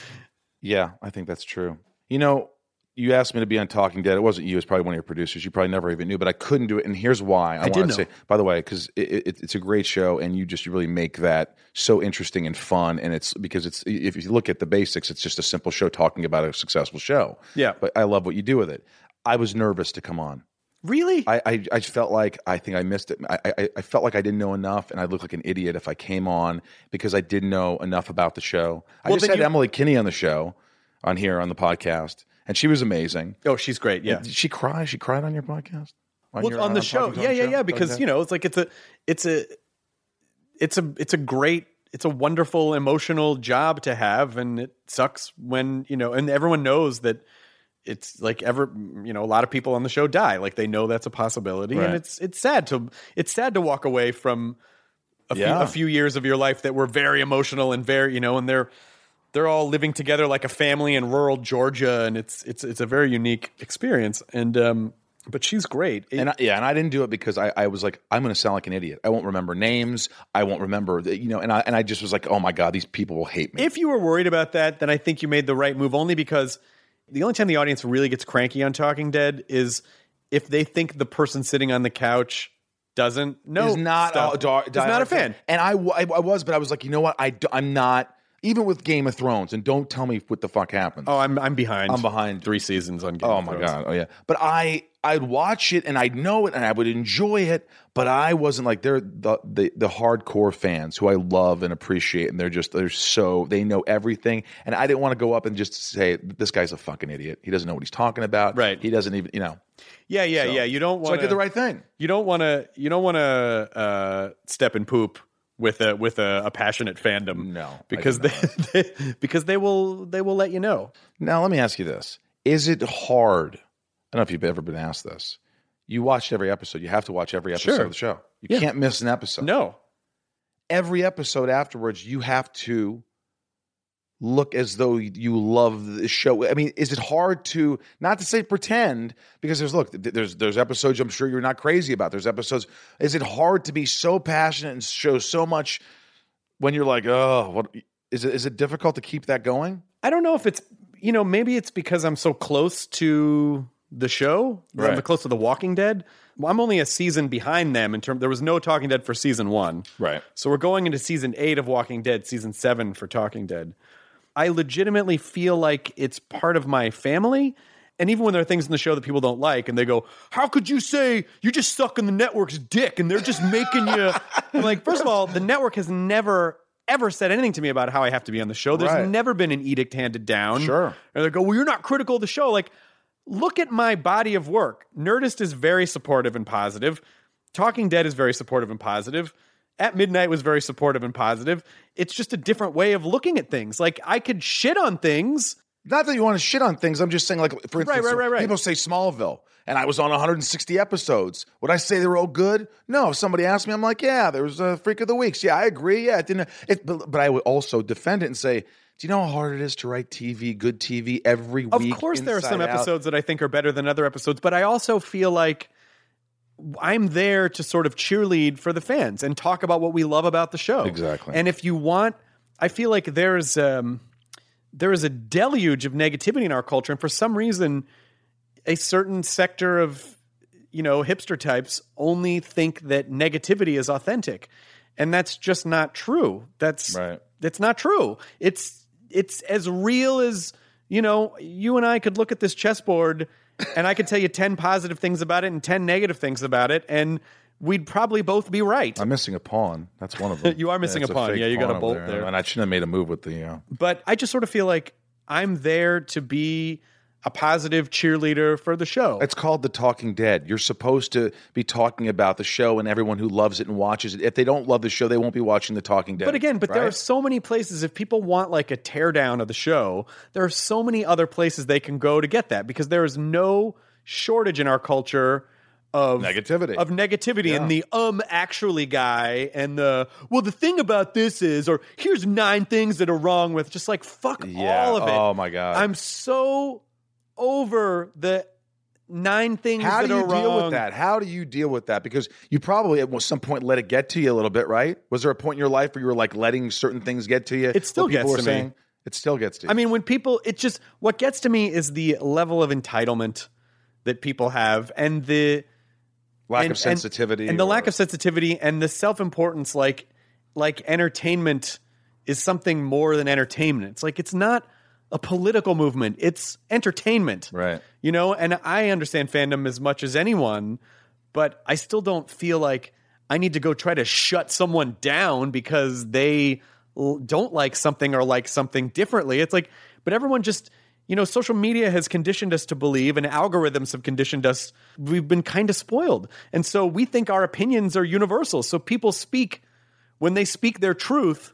A: Yeah, I think that's true. You know, you asked me to be on Talking Dead. It wasn't you. It was probably one of your producers. You probably never even knew, but I couldn't do it. And here's why. I,
C: did
A: wanna
C: know.
A: say, by the way, because it, it, it's a great show, and you just really make that so interesting and fun. And it's because it's if you look at the basics, it's just a simple show talking about a successful show.
C: Yeah.
A: but I love what you do with it. I was nervous to come on.
C: really?
A: I, I, I felt like I think I missed it. I, I, I felt like I didn't know enough, and I'd look like an idiot if I came on because I didn't know enough about the show. I
C: Well,
A: just
C: then
A: had
C: you-
A: Emily Kinney on the show, on here on the podcast, and she was amazing.
C: oh, she's great. Yeah.
A: Did she cry? She cried on your podcast.
C: Well,
A: your-
C: on the
A: Talking
C: show,
A: Tom
C: yeah, yeah, yeah.
A: Talking
C: Because
A: Dead?
C: you know, it's like it's a, it's a, it's a, it's a great, it's a wonderful emotional job to have, and it sucks when you know, and everyone knows that it's like ever, you know, a lot of people on the show die, like they know that's a possibility,
A: Right.
C: and it's it's sad to it's sad to walk away from a,
A: Yeah.
C: few, a few years of your life that were very emotional and very, you know, and they're. They're all living together like a family in rural Georgia, and it's it's it's a very unique experience. And um, but she's great. It-
A: And I, yeah, and I didn't do it because I, I was like, I'm going to sound like an idiot. I won't remember names. I won't remember, the, you know. And I and I just was like, oh my god, these people will hate me.
C: If you were worried about that, then I think you made the right move only because the only time the audience really gets cranky on Talking Dead is if they think the person sitting on the couch doesn't know.
A: is Oh, not
C: stuff.
A: a, dar-
C: Is not a
A: diehard
C: fan.
A: And I, wa- I, I was, but I was like, you know what? I, am not, even with Game of Thrones, and don't tell me what the fuck happened.
C: Oh, I'm I'm behind.
A: I'm behind
C: three seasons on. Game
A: Oh
C: of
A: my
C: Thrones.
A: god! Oh yeah, but I I'd watch it and I'd know it and I would enjoy it, but I wasn't like they're the the, the hardcore fans who I love and appreciate, and they're just they're so they know everything, and I didn't want to go up and just say this guy's a fucking idiot. He doesn't know what he's talking about.
C: Right.
A: He doesn't even you know.
C: Yeah, yeah,
A: So-
C: yeah. You don't
A: So I
C: want.
A: did the right thing.
C: You don't want to. You don't want to uh, step and poop with a with a, a passionate fandom.
A: No, Mm, I do
C: because they, *laughs* they because they will they will let you know.
A: Now let me ask you this: Is it hard? I don't know if you've ever been asked this. You watched every episode. You have to watch every episode
C: Sure.
A: of the show. You
C: Yeah.
A: can't miss an episode.
C: No,
A: every episode afterwards, you have to look as though you love the show. I mean, is it hard to not to say pretend because there's look, th- there's there's episodes I'm sure you're not crazy about. There's episodes. Is it hard to be so passionate and show so much when you're like, oh, what is it? Is it difficult to keep that going?
C: I don't know if it's you know maybe it's because I'm so close to the show. I'm
A: Right.
C: close to The Walking Dead. Well, I'm only a season behind them in terms. There was no Talking Dead for season one,
A: Right.
C: so we're going into season eight of Walking Dead, season seven for Talking Dead. I legitimately feel like it's part of my family. And even when there are things in the show that people don't like, and they go, "How could you say you just sucking the network's dick?" and they're just making you I'm like. First of all, the network has never ever said anything to me about how I have to be on the show. There's
A: Right.
C: never been an edict handed down.
A: Sure.
C: And they go, "Well, you're not critical of the show." Like, look at my body of work. Nerdist is very supportive and positive. Talking Dead is very supportive and positive. At Midnight was very supportive and positive. It's just a different way of looking at things. Like I could shit on things.
A: Not that you want to shit on things. I'm just saying, like, for instance,
C: right, right, right.
A: people say Smallville, and I was on 160 episodes. Would I say they were all good? No. If somebody asked me, I'm like, yeah, there was a freak of the weeks. Yeah, I agree. Yeah, it didn't. It, but, but I would also defend it and say, do you know how hard it is to write TV, good TV, every
C: Of
A: week?
C: course, there are some
A: inside out?
C: episodes that I think are better than other episodes, but I also feel like I'm there to sort of cheerlead for the fans and talk about what we love about the show.
A: Exactly.
C: And if you want, I feel like there's um, there is a deluge of negativity in our culture, and for some reason, a certain sector of you know hipster types only think that negativity is authentic, and that's just not true. That's
A: Right.
C: That's not true. It's it's as real as you know. You and I could look at this chessboard, and I could tell you ten positive things about it and ten negative things about it, and we'd probably both be right.
A: I'm missing a pawn. That's one of them.
C: *laughs* You are missing
A: it's
C: a pawn.
A: fake
C: Yeah, you got
A: pawn
C: a
A: over
C: bolt there.
A: And I shouldn't have made a move with the. Uh,
C: but I just sort of feel like I'm there to be a positive cheerleader for the show.
A: It's called The Talking Dead. You're supposed to be talking about the show and everyone who loves it and watches it. If they don't love the show, they won't be watching The Talking Dead.
C: But again, but there
A: right?
C: are so many places. If people want like a teardown of the show, there are so many other places they can go to get that because there is no shortage in our culture of
A: Negativity.
C: Of negativity and the um actually guy and the well the thing about this is or here's nine things that are wrong with just like fuck
A: yeah.
C: all of it.
A: Oh my god.
C: I'm so over the nine things
A: How
C: that
A: do you
C: are wrong.
A: deal with that? How do you deal with that? Because you probably at some point let it get to you a little bit, right? Was there a point in your life where you were like letting certain things get to you?
C: It still
A: What people
C: gets
A: were
C: to me.
A: It still gets to you.
C: I mean, when people, it just what gets to me is the level of entitlement that people have, and the
A: lack
C: and-
A: of sensitivity,
C: and, and the
A: or-
C: lack of sensitivity, and the self importance. Like, like entertainment is something more than entertainment. It's like it's not a political movement; it's entertainment,
A: right.
C: you know. And I understand fandom as much as anyone, but I still don't feel like I need to go try to shut someone down because they l- don't like something or like something differently. It's like, but everyone just, you know, social media has conditioned us to believe and algorithms have conditioned us. We've been kind of spoiled. And so we think our opinions are universal. So people speak, when they speak their truth,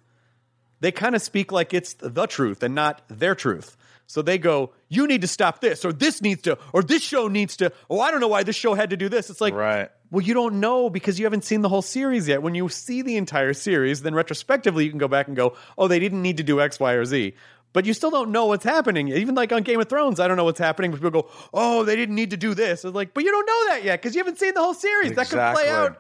C: they kind of speak like it's the truth and not their truth. So they go, you need to stop this, or this needs to, or this show needs to. Oh, I don't know why this show had to do this. It's like,
A: Right.
C: well, you don't know because you haven't seen the whole series yet. When you see the entire series, then retrospectively you can go back and go, oh, they didn't need to do X, Y, or Z. But you still don't know what's happening. Even like on Game of Thrones, I don't know what's happening. But people go, oh, they didn't need to do this. It's like, but you don't know that yet because you haven't seen the whole series. That could
A: Exactly.
C: play out.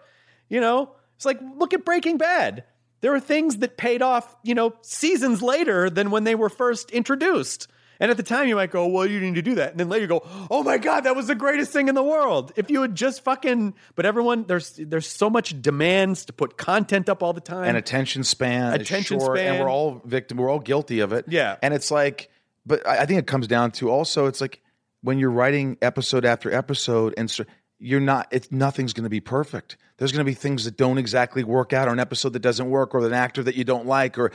C: You know, it's like look at Breaking Bad. There are things that paid off, you know, seasons later than when they were first introduced. And at the time, you might go, well, you need to do that. And then later you go, oh my God, that was the greatest thing in the world. If you had just fucking, but everyone, there's there's so much demands to put content up all the time.
A: and attention span is
C: Um, Attention
A: short, and
C: span.
A: we're all victim we're all guilty of it
C: Yeah.
A: and it's like but i I think it comes down to also it's like when you're writing episode after episode and so you're not it's nothing's going to be perfect there's going to be things that don't exactly work out or an episode that doesn't work or an actor that you don't like or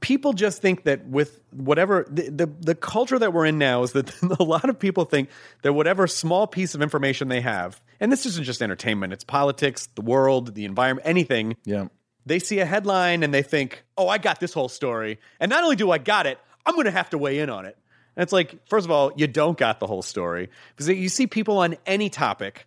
C: people just think that with whatever the, the, the culture that we're in now is that *laughs* a lot of people think that whatever small piece of information they have, and this isn't just entertainment, it's politics, the world, the environment, anything,
A: yeah
C: they see a headline and they think, oh, I got this whole story. And not only do I got it, I'm going to have to weigh in on it. And it's like, first of all, you don't got the whole story. Because you see people on any topic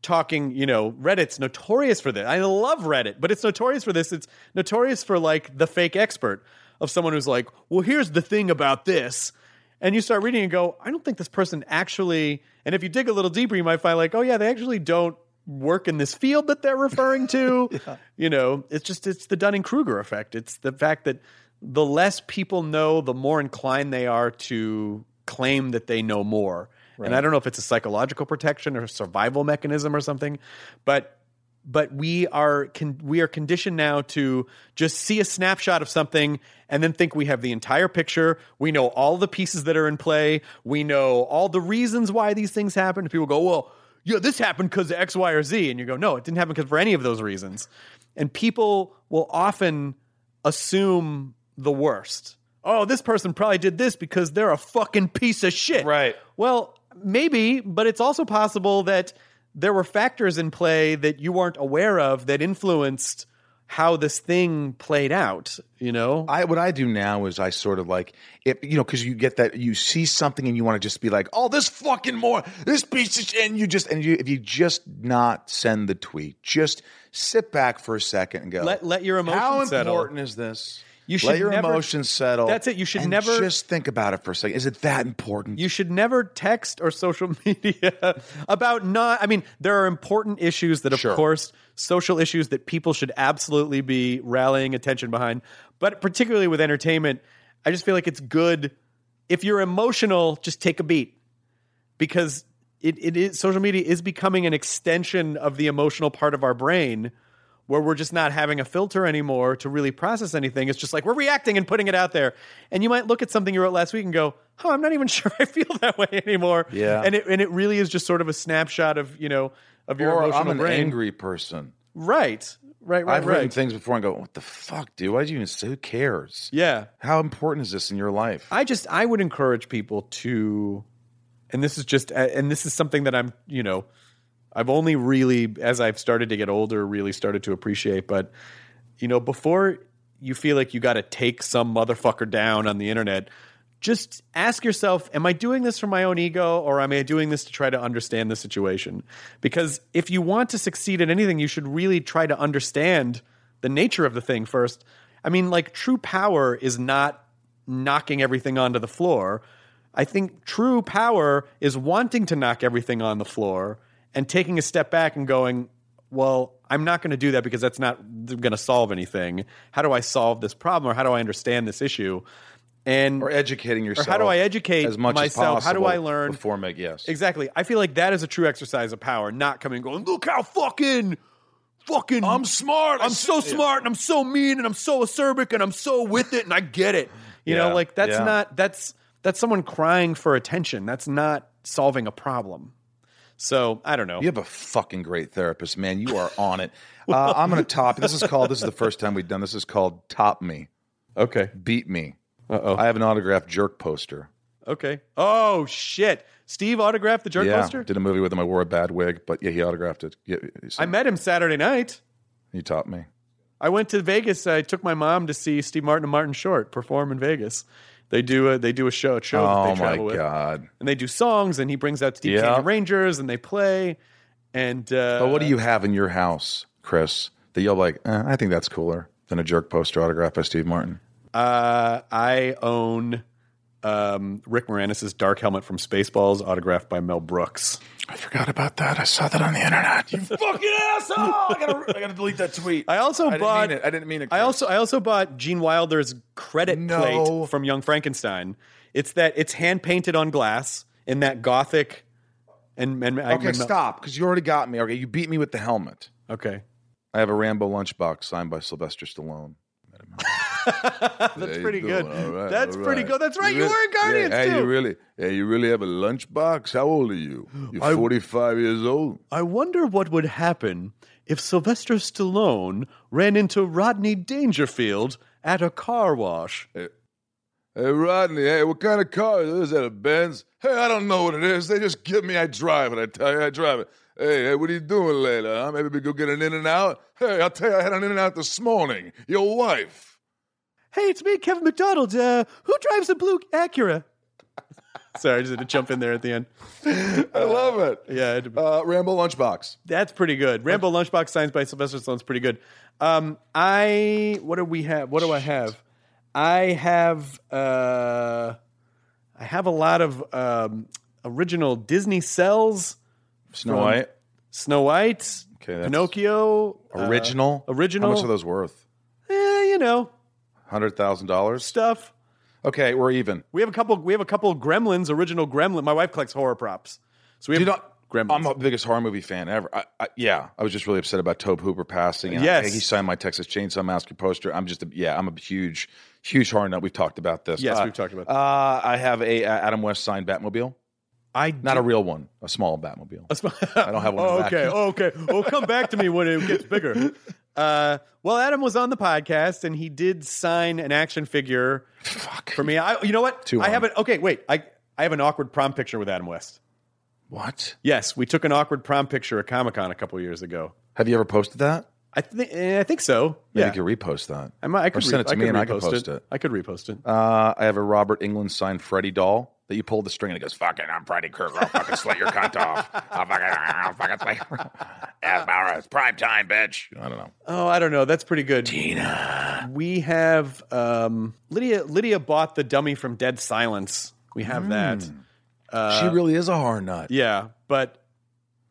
C: talking, you know, Reddit's notorious for this. I love Reddit, but it's notorious for this. It's notorious for like the fake expert of someone who's like, well, here's the thing about this. And you start reading and go, I don't think this person actually. And if you dig a little deeper, you might find like, oh, yeah, they actually don't work in this field that they're referring to. You know, it's just, it's the Dunning Kruger effect. It's the fact that the less people know, the more inclined they are to claim that they know more. And I don't know if it's a psychological protection or a survival mechanism or something, but but we are con- we are conditioned now to just see a snapshot of something and then think we have the entire picture. We know all the pieces that are in play. We know all the reasons why these things happen. People go, "Well, yeah, this happened because of X, Y, or Z," and you go, "No, it didn't happen because for any of those reasons." And people will often assume the worst. Oh, this person probably did this because they're a fucking piece of shit.
A: Right.
C: Well, maybe, but it's also possible that there were factors in play that you weren't aware of that influenced how this thing played out, you know?
A: I what I do now is I sort of like if you know because you get that you see something and you want to just be like oh this fucking more this piece of shit," and you just and you if you just not send the tweet just sit back for a second and go
C: let let your emotions
A: how
C: settle.
A: important is this
C: You
A: let
C: should
A: your
C: never-
A: emotions settle
C: That's it, you should
A: and
C: never-
A: just think about it for a second is it that important
C: You should never text or social *laughs* media about not. I mean, there are important issues that, of
A: Sure.
C: course, social issues that people should absolutely be rallying attention behind. But particularly with entertainment, I just feel like it's good if you're emotional, just take a beat because it, it is social media is becoming an extension of the emotional part of our brain where we're just not having a filter anymore to really process anything. It's just like we're reacting and putting it out there. And you might look at something you wrote last week and go, "Huh, I'm not even *laughs* sure I feel that way anymore."
A: Yeah.
C: and it and it really is just sort of a snapshot of you know of your
A: or
C: emotional
A: I'm an
C: brain.
A: angry person
C: Right, right, right,
A: I've
C: right.
A: written things before and go what the fuck dude why did you even say who cares
C: yeah,
A: how important is this in your life
C: I just I would encourage people to, and this is just and this is something that I'm you know, I've only really as I've started to get older really started to appreciate. But you know, before you feel like you got to take some motherfucker down on the internet, just ask yourself, am I doing this for my own ego or am I doing this to try to understand the situation? Because if you want to succeed in anything, you should really try to understand the nature of the thing first. I mean, like true power is not knocking everything onto the floor. I think true power is wanting to knock everything on the floor and taking a step back and going, well, I'm not going to do that because that's not going to solve anything. How do I solve this problem or how do I understand this issue? And
A: or educating yourself
C: do I educate
A: as much
C: myself?
A: as
C: How do
A: possible
C: I learn?
A: before make yes
C: Exactly. I feel like that is a true exercise of power, not coming and going, look how fucking, fucking. I'm smart. I'm so smart and I'm so mean and I'm so acerbic and I'm so with it and I get it. You
A: Yeah,
C: know, like that's
A: yeah.
C: not, that's, that's someone crying for attention. That's not solving a problem. So I don't know.
A: You have a fucking great therapist, man. You are on
C: *laughs*
A: it. Uh, I'm going to top. This is called. This is the first time we've done this. Is called top me,
C: Okay.
A: beat me.
C: Uh oh.
A: I have an autographed jerk poster.
C: Okay. Oh shit. Steve autographed the jerk
A: yeah,
C: poster.
A: did a movie with him. I wore a bad wig, but yeah, he autographed it. Yeah, so
C: I met him Saturday night.
A: you topped me.
C: I went to Vegas. I took my mom to see Steve Martin and Martin Short perform in Vegas. They do a they do a show a show that
A: Oh
C: they
A: my
C: travel with,
A: god!
C: and they do songs. And he brings out Steve
A: Yeah.
C: Canyon Rangers, and they play. And uh,
A: But what do you have in your house, Chris? That you'll be like? Eh, I think that's cooler than a jerk poster autographed by Steve Martin.
C: Uh, I own um, Rick Moranis' Dark Helmet from Spaceballs, autographed by Mel Brooks.
A: I forgot about that. I saw that on the internet. You fucking asshole! I gotta, I gotta delete that tweet.
C: I also
A: I didn't
C: bought.
A: mean it. I didn't mean it.
C: I
A: Chris.
C: also I also bought Gene Wilder's credit
A: No.
C: plate from Young Frankenstein. It's that it's hand painted on glass in that gothic. And, and I
A: Okay, stop, because you already got me. Okay, you beat me with the helmet.
C: Okay,
A: I have a Rambo lunchbox signed by Sylvester Stallone.
C: that's
A: Hey,
C: pretty
A: you
C: good.
A: doing? All right,
C: that's
A: all
C: pretty
A: right.
C: good. That's right. You,
A: really-
C: were in Guardians
A: yeah, hey,
C: too.
A: You really, yeah, you really have a lunchbox? How old are
C: *gasps*
A: you? You're
C: I-
A: 45 years old.
C: I wonder what would happen if Sylvester Stallone ran into Rodney Dangerfield at a car wash.
A: Hey, Rodney, hey, what kind of car is that? Is that a Benz? Hey, I don't know what it is. They just give me, I drive it. I tell you, I drive it. Hey, hey, what are you doing later? Huh? Maybe we go get an in and out. Hey, I'll tell you, I had an in and out this morning. Your wife.
C: Hey, it's me, Kevin McDonald. Uh, who drives a blue Acura? *laughs* Sorry, I just had to jump in there at the end.
A: I
C: Uh,
A: love it.
C: Yeah, I had to-
A: Uh, Rambo lunchbox.
C: that's pretty good. Rambo Lunchbox Signs by Sylvester Stallone's pretty good. Um, I what do we have? What do I have? I have uh, I have a lot of um, original Disney cells.
A: Snow
C: From-
A: White.
C: Snow White,
A: Okay, that's-
C: Pinocchio, uh,
A: Original.
C: original.
A: How much are those worth?
C: eh, you know,
A: Hundred thousand dollars.
C: stuff.
A: Okay, we're even.
C: We have a couple. We have a couple Gremlins, original Gremlin. My wife collects horror props, so we have
A: You know,
C: Gremlins.
A: I'm the biggest horror movie fan ever. I, I, yeah, I was just really upset about Tobe Hooper passing. And
C: Yes.
A: I- he signed my Texas Chainsaw Massacre poster. I'm just, a, yeah, I'm a huge, huge horror nut. We've talked about this.
C: Yes,
A: Uh,
C: we've talked about.
A: Uh, I have a uh, Adam West signed Batmobile,
C: I
A: not a real one, a small
C: *laughs*
A: Batmobile.
C: I
A: don't have one in
C: Oh,
A: the back.
C: okay. Oh, okay. Well, come back to me when it gets bigger. Uh, well, Adam was on the podcast and he did sign an action figure
A: Fuck.
C: for me. I, you know what?
A: Two
C: I have
A: on.
C: an okay. Wait, I I have an awkward prom picture with Adam West.
A: What?
C: Yes, we took an awkward prom picture at Comic Con a couple years ago.
A: Have you ever posted that?
C: I think I think so.
A: Maybe
C: yeah,
A: you could repost that.
C: I, might, I
A: or
C: could
A: send it to
C: I
A: me and I could
C: repost
A: post it.
C: I could repost it.
A: Uh, I have a Robert England signed Freddy doll that you pull the string and it goes, fucking, I'm Freddy Krueger. I'll fucking slit your cunt off. I'll fucking, I'll fucking slit your Ask Mara, It's prime time, bitch. I don't know.
C: Oh, I don't know. That's pretty good.
A: Tina.
C: We have um, Lydia. Lydia bought the dummy from Dead Silence. We have
A: Hmm.
C: that. Uh,
A: she really is a hard nut.
C: Yeah, but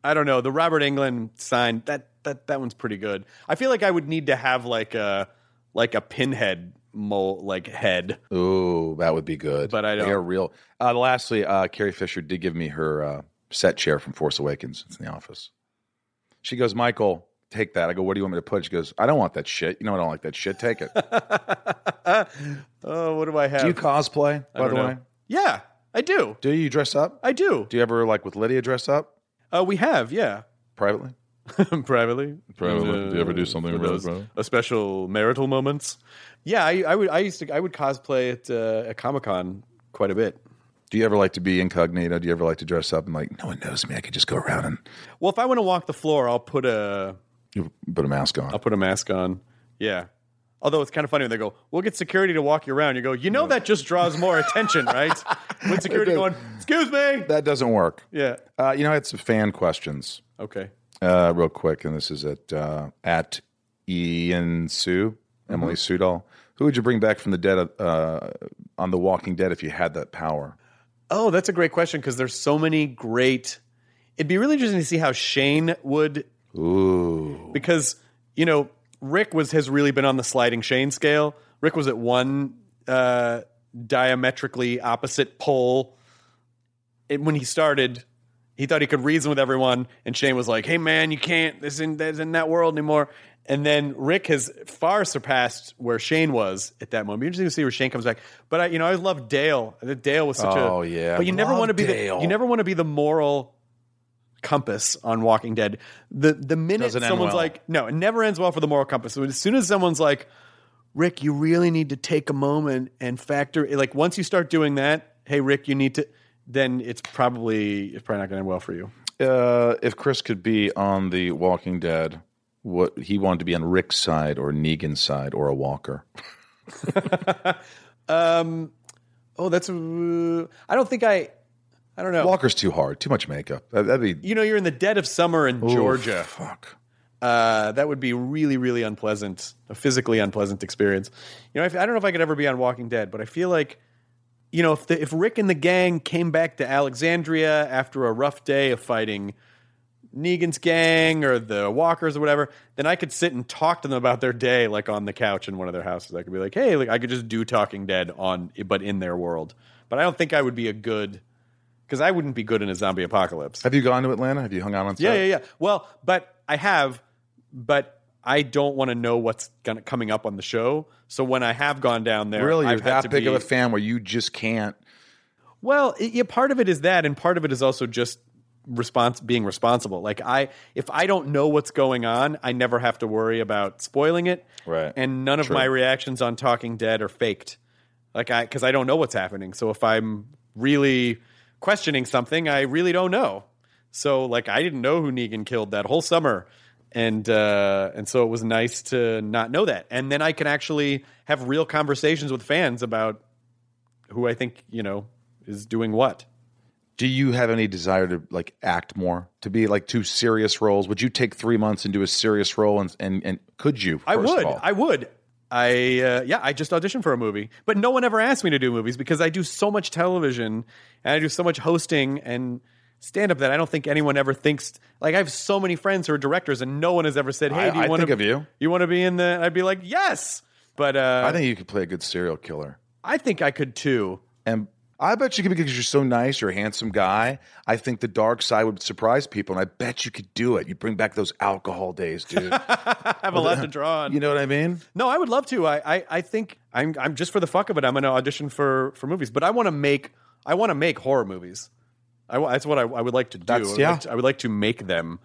C: I don't know. The Robert England sign that that that one's pretty good. I feel like I would need to have like a like a pinhead mold like head. *laughs*
A: Ooh, that would be good.
C: But I don't-
A: They are real. Uh, lastly, uh, Carrie Fisher did give me her uh, set chair from Force Awakens. It's in the office. She goes, Michael, take that. I go, what do you want me to put? She goes, I don't want that shit. You know, I don't like that shit. Take
C: *laughs*
A: it.
C: oh, what do I have?
A: do you cosplay, by
C: don't
A: the
C: know.
A: way?
C: yeah, I do.
A: Do you dress up?
C: I do.
A: Do you ever, like, with Lydia, dress up
C: Uh, we have, yeah. *laughs*
A: privately?
C: Privately. Uh,
A: Privately. Do you ever do something
C: for
A: really
C: those-
A: private?
C: A special marital moments. Yeah, I, I would. I used to. I would cosplay at uh, at Comic Con quite a bit.
A: Do you ever like to be incognito? Do you ever like to dress up and, like, no one knows me? I could just go around and
C: Well, if I want to walk the floor, I'll put a
A: you put a mask on.
C: I'll put a mask on. Yeah. Although it's kind of funny when they go, we'll get security to walk you around. You go, you know that just draws more attention, *laughs* right? With security
A: It does.
C: going, excuse me.
A: That doesn't work.
C: Yeah.
A: Uh, you know, I had some fan questions.
C: Okay.
A: uh, real quick, and this is at uh, at Ian Sue Emily Sudol. Who would you bring back from the dead uh, on The Walking Dead if you had that power?
C: Oh, that's a great question because there's so many great. It'd be really interesting to see how Shane would
A: Ooh,
C: because you know Rick was has really been on the sliding Shane scale. Rick was at one uh, diametrically opposite pole it, when he started. He thought he could reason with everyone, and Shane was like, "Hey man, you can't. This in that's in that world anymore." And then Rick has far surpassed where Shane was at that moment. Be Interesting to see where Shane comes back. But I, you know, I love Dale. I think Dale was such a.
A: Oh, yeah.
C: But you never
A: Love
C: want to be the
A: Dale.
C: you never want to be the moral compass on Walking Dead. The the minute
A: Doesn't end
C: someone's
A: well.
C: like, no, it never ends well for the moral compass. So as soon as someone's like, Rick, you really need to take a moment and factor like once you start doing that, hey Rick, you need to then it's probably it's probably not gonna end well for you.
A: uh, if Chris could be on The Walking Dead, what he wanted to be on Rick's side or Negan's side or a Walker?
C: Um oh that's uh, I don't think I I don't know.
A: Walker's too hard, too much makeup. That, would be
C: you know, you're in the dead of summer in Georgia.
A: Ooh, fuck.
C: uh, that would be really, really unpleasant, a physically unpleasant experience. You know, I, I don't know if I could ever be on Walking Dead, but I feel like, you know, if the, if Rick and the gang came back to Alexandria after a rough day of fighting, Negan's gang or the Walkers or whatever, then I could sit and talk to them about their day, like on the couch in one of their houses. I could be like, hey, like I could just do Talking Dead on, but in their world. But I don't think I would be a good, because I wouldn't be good in a zombie apocalypse.
A: Have you gone to Atlanta? Have you hung out on set?
C: Yeah, yeah, yeah. Well, but I have, but I don't want to know what's gonna, coming up on the show. So when I have gone down there,
A: Really, you're
C: I've had
A: that
C: to
A: big of
C: be-
A: a fan where you just can't.
C: Well, it, yeah, part of it is that, and part of it is also just response being responsible. Like I, if I don't know what's going on, I never have to worry about spoiling it,
A: Right.
C: And none of
A: True.
C: my reactions on Talking Dead are faked, like I because I don't know what's happening. So if I'm really questioning something, I really don't know. So like I didn't know who Negan killed that whole summer. And uh, and so it was nice to not know that, and then I can actually have real conversations with fans about who I think you know is doing what.
A: Do you have any desire to like act more, to be like two serious roles? Would you take three months and do a serious role, and and, and could you?
C: I
A: first of
C: would,
A: all?
C: I would, I uh, yeah, I just auditioned for a movie, but no one ever asked me to do movies because I do so much television and I do so much hosting and stand up that I don't think anyone ever thinks. Like I have so many friends who are directors, and no one has ever said, "Hey,
A: I-
C: do you
A: I
C: want
A: think
C: to
A: of you.
C: You want to be in the?" and I'd be like, "Yes," but uh,
A: I think you could play a good serial killer.
C: I think I could too. *laughs*
A: And I bet you could because you're so nice, you're a handsome guy. I think the dark side would surprise people, and I bet you could do it. You'd bring back those alcohol days, dude.
C: *laughs* I have a lot to draw on.
A: you know what I mean?
C: No, I would love to. I, I, I think I'm, I'm just for the fuck of it. I'm going to audition for, for movies, but I want to make, I want to make horror movies. I, wa- that's what I, I would like to do.
A: That's-
C: I would
A: yeah.
C: like to- I would like to make them.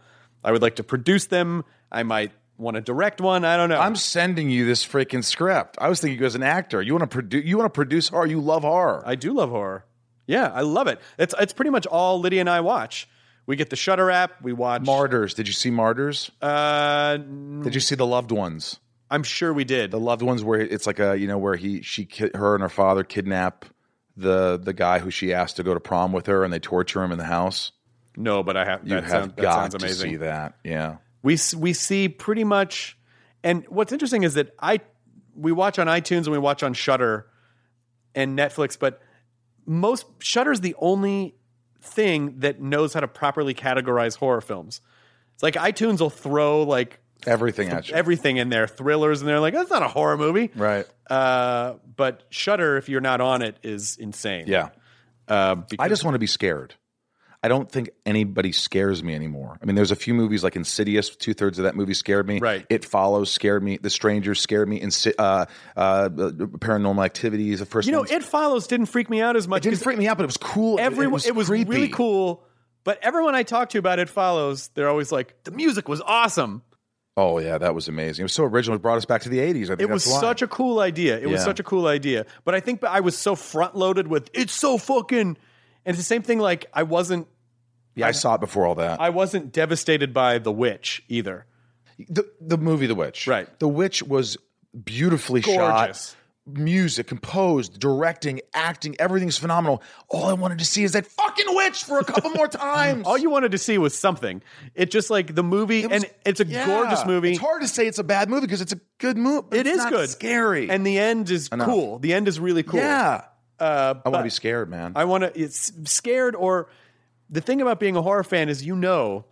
C: I would like to produce them. I might want to direct one. I don't know.
A: I'm sending you this freaking script. I was thinking you as an actor. You want to produce? You want to produce horror? You love horror?
C: I do love horror. Yeah, I love it. It's, it's pretty much all Lydia and I watch. We get the Shutter app. We watch.
A: Martyrs. Did you see Martyrs?
C: uh, n-
A: Did you see the loved ones?
C: I'm sure we did.
A: The loved ones where it's like a you know where he she ki- her and her father kidnap the the guy who she asked to go to prom with her and they torture him in the house.
C: No, but I have.
A: You
C: that
A: have
C: sound- that
A: got
C: sounds
A: to
C: amazing.
A: see that. Yeah.
C: we s- we see pretty much and what's interesting is that i we watch on itunes and we watch on shutter and netflix but most shutter's the only thing that knows how to properly categorize horror films it's like itunes will throw like
A: Everything at you.
C: everything in there thrillers and they're like that's not a horror movie
A: right.
C: uh, but shutter if you're not on it is insane
A: Yeah.
C: uh, because,
A: I just want to be scared. I don't think anybody scares me anymore. I mean, there's a few movies like Insidious. Two thirds of that movie scared me.
C: Right.
A: It Follows scared me. The Stranger scared me. Insi- uh, uh, Paranormal Activities. The first
C: you know
A: one
C: it follows didn't freak me out as much
A: didn't
C: 'cause
A: freak me out, but it was cool. It-
C: everyone it was,
A: creepy.
C: really cool but everyone i talk to about it follows they're always like the music was awesome
A: Oh yeah, that was amazing. It was so original. It brought us back to the 80s. I think
C: it was such a cool idea it was
A: Yeah.
C: such a cool idea but i think i was so front loaded with it's so fucking and it's the same thing like i wasn't
A: yeah. I saw it before all that.
C: i wasn't devastated by the witch either
A: the, the movie The Witch.
C: Right.
A: The Witch was beautifully
C: gorgeous
A: shot. Music, composed, directing, acting, everything's phenomenal. All I wanted to see is that fucking witch for a couple
C: *laughs*
A: more times.
C: all Oh, you wanted to see was something it just like the movie
A: was-
C: and it's a
A: Yeah.
C: gorgeous movie
A: It's hard to say it's a bad movie because it's a good movie.
C: It is good
A: scary.
C: and the end is
A: Enough.
C: cool the end is really cool
A: yeah,
C: uh,
A: I want
C: but-
A: to be scared, man.
C: I want to. It's scared or the thing about being a horror fan is you know,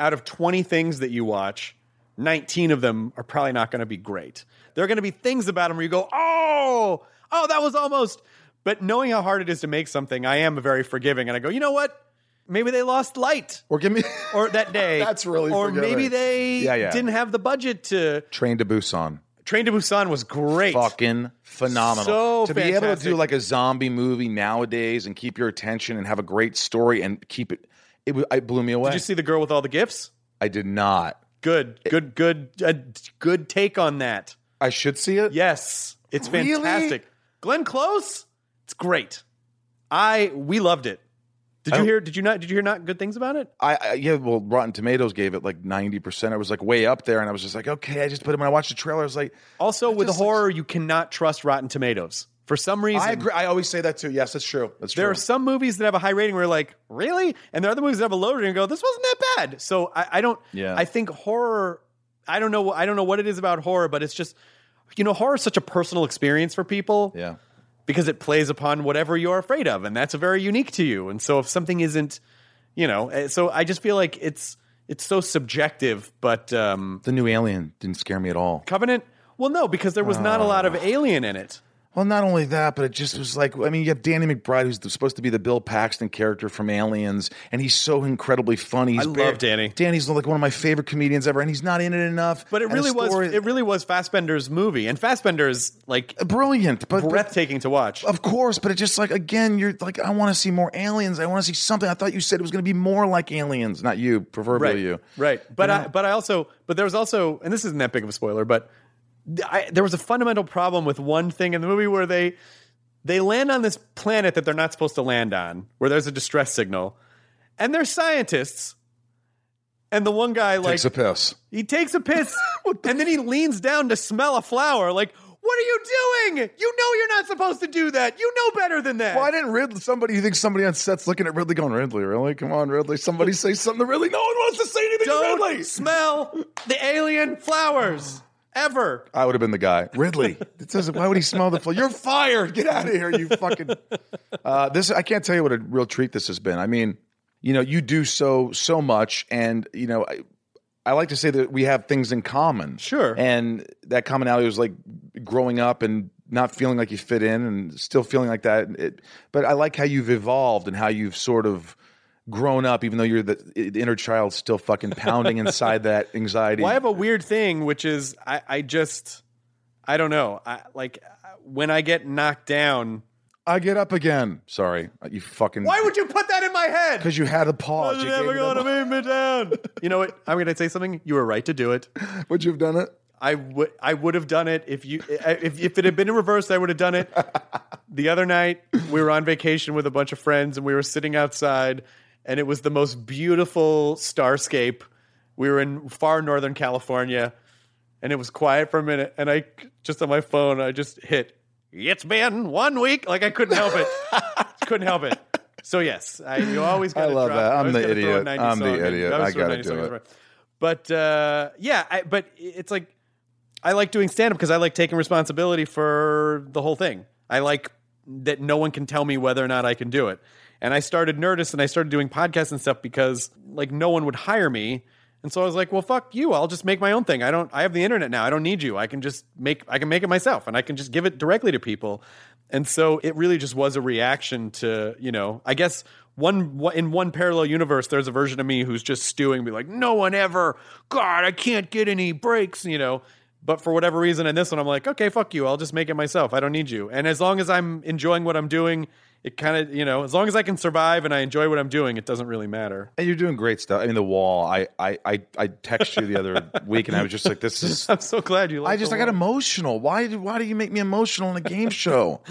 C: out of twenty things that you watch, nineteen of them are probably not going to be great. There are going to be things about them where you go, oh, oh, that was almost. But knowing how hard it is to make something, I am very forgiving, and I go, you know what? Maybe they lost light
A: or give me *laughs*
C: or that day.
A: That's really
C: Or
A: forgiving.
C: maybe they
A: Yeah, yeah.
C: didn't have the budget to.
A: Train to Busan.
C: Train to Busan was great.
A: Fucking phenomenal.
C: So
A: to be able to do
C: fantastic.
A: like a zombie movie nowadays and keep your attention and have a great story and keep it. It, wa- it blew me away.
C: Did you see the girl with all the gifts?
A: I did not.
C: Good, good, good, uh, good take on that.
A: I should see it.
C: Yes, it's
A: Really?
C: fantastic. Glenn Close, it's great. I we loved it. Did
A: I
C: you
A: don't-
C: hear? Did you not? Did you hear not good things about it?
A: I, I yeah. Well, Rotten Tomatoes gave it like ninety percent. I was like way up there, and I was just like, okay. I just put it when I watched the trailer. I was like,
C: Also, with
A: just-
C: horror, you cannot trust Rotten Tomatoes for some reason.
A: I agree. I always say that too. Yes, that's true. That's true.
C: There are some movies that have a high rating where you're like, really? And there are other movies that have a low rating and go, this wasn't that bad. So I, I don't
A: Yeah.
C: I think horror I don't know I don't know what it is about horror, but it's just you know, horror is such a personal experience for people.
A: yeah.
C: because it plays upon whatever you're afraid of and that's very unique to you and so if something isn't you know eh, so i just feel like it's it's so subjective, but um,
A: The new Alien didn't scare me at all.
C: Covenant. Well, no, because there was not a
A: Ah.
C: lot of alien in it.
A: Well, not only that, but it just was like I mean, you have Danny McBride, who's the- supposed to be the Bill Paxton character from Aliens, and he's so incredibly funny. He's
C: I love Danny.
A: Danny's like one of my favorite comedians ever, and he's not in it enough.
C: But it
A: And the
C: really was
A: story-
C: it really was Fassbender's movie, and Fassbender's like
A: brilliant. But, but
C: breathtaking to watch.
A: Of course, but it just like again, you're like, I want to see more aliens. I want to see something. I thought you said it was going to be more like aliens, not you, proverbially
C: right,
A: you.
C: right. But
A: You
C: I,
A: know?
C: but I also but there was also, and this isn't that big of a spoiler, but th- I, there was a fundamental problem with one thing in the movie where they they land on this planet that they're not supposed to land on, where there's a distress signal, and they're scientists, and the one guy like
A: takes a piss.
C: He takes
A: *laughs*
C: a piss and then he leans down to smell a flower. Like, what are you doing? You know you're not supposed to do that. You know better than that.
A: Why didn't Ridley? Somebody, you think somebody on set's looking at Ridley, going, Ridley, really? Come on, Ridley. Somebody say something to Ridley. No one wants to say anything
C: Don't
A: to Ridley.
C: smell the alien flowers ever.
A: I would have been the guy. Ridley, it says, why would he smell the floor? You're fired. Get out of here, you fucking. Uh, this I can't tell you what a real treat this has been. I mean, you know, you do so so much, and you know, I, I like to say that we have things in common.
C: Sure.
A: And that commonality was like growing up and not feeling like you fit in, and still feeling like that. It, but I like how you've evolved and how you've sort of grown up, even though you're the, the inner child still fucking pounding inside that anxiety.
C: Well, I have a weird thing, which is I, I just, I don't know. I like when I get knocked down.
A: I get up again. Sorry, uh, you fucking.
C: Why
A: *laughs*
C: would you put that in my head?
A: Because you had a pause.
C: You're
A: You gave
C: never
A: it up.
C: gonna beat me down. You know what? I'm gonna say something. You were right to do it.
A: Would you have done it?
C: I would I would have done it if you if if it had been in reverse, I would have done it.
A: *laughs*
C: The other night, we were on vacation with a bunch of friends, and we were sitting outside, and it was the most beautiful starscape. We were in far northern California, and it was quiet for a minute. And I just on my phone, I just hit. It's been one week. Like I couldn't help
A: *laughs*
C: it. couldn't help it. So yes, I you always. Gotta
A: love
C: drop,
A: that.
C: you
A: I'm
C: always
A: the
C: gotta throw
A: idiot.
C: a 90
A: I'm the
C: song in.
A: idiot.
C: You always
A: I
C: throw a
A: gotta
C: 90
A: do
C: song in
A: it.
C: right. But uh, yeah, I, but it's like I like doing stand up because I like taking responsibility for the whole thing. I like that no one can tell me whether or not I can do it. And I started Nerdist and I started doing podcasts and stuff because like no one would hire me. And so I was like, well, fuck you. I'll just make my own thing. I don't, I have the internet now. I don't need you. I can just make, I can make it myself and I can just give it directly to people. And so it really just was a reaction to, you know, I guess one in one parallel universe, there's a version of me who's just stewing, be like, no one ever, God, I can't get any breaks, you know. But for whatever reason, in this one, I'm like, okay, fuck you. I'll just make it myself. I don't need you. And as long as I'm enjoying what I'm doing, it kind of, you know, as long as I can survive and I enjoy what I'm doing, it doesn't really matter.
A: And you're doing great stuff. I mean, the wall. I I I, I text you the *laughs* other week, and I was just like, this *laughs* is.
C: I'm so glad you. Like
A: I just I got emotional. Why did why do you make me emotional in a game *laughs* show?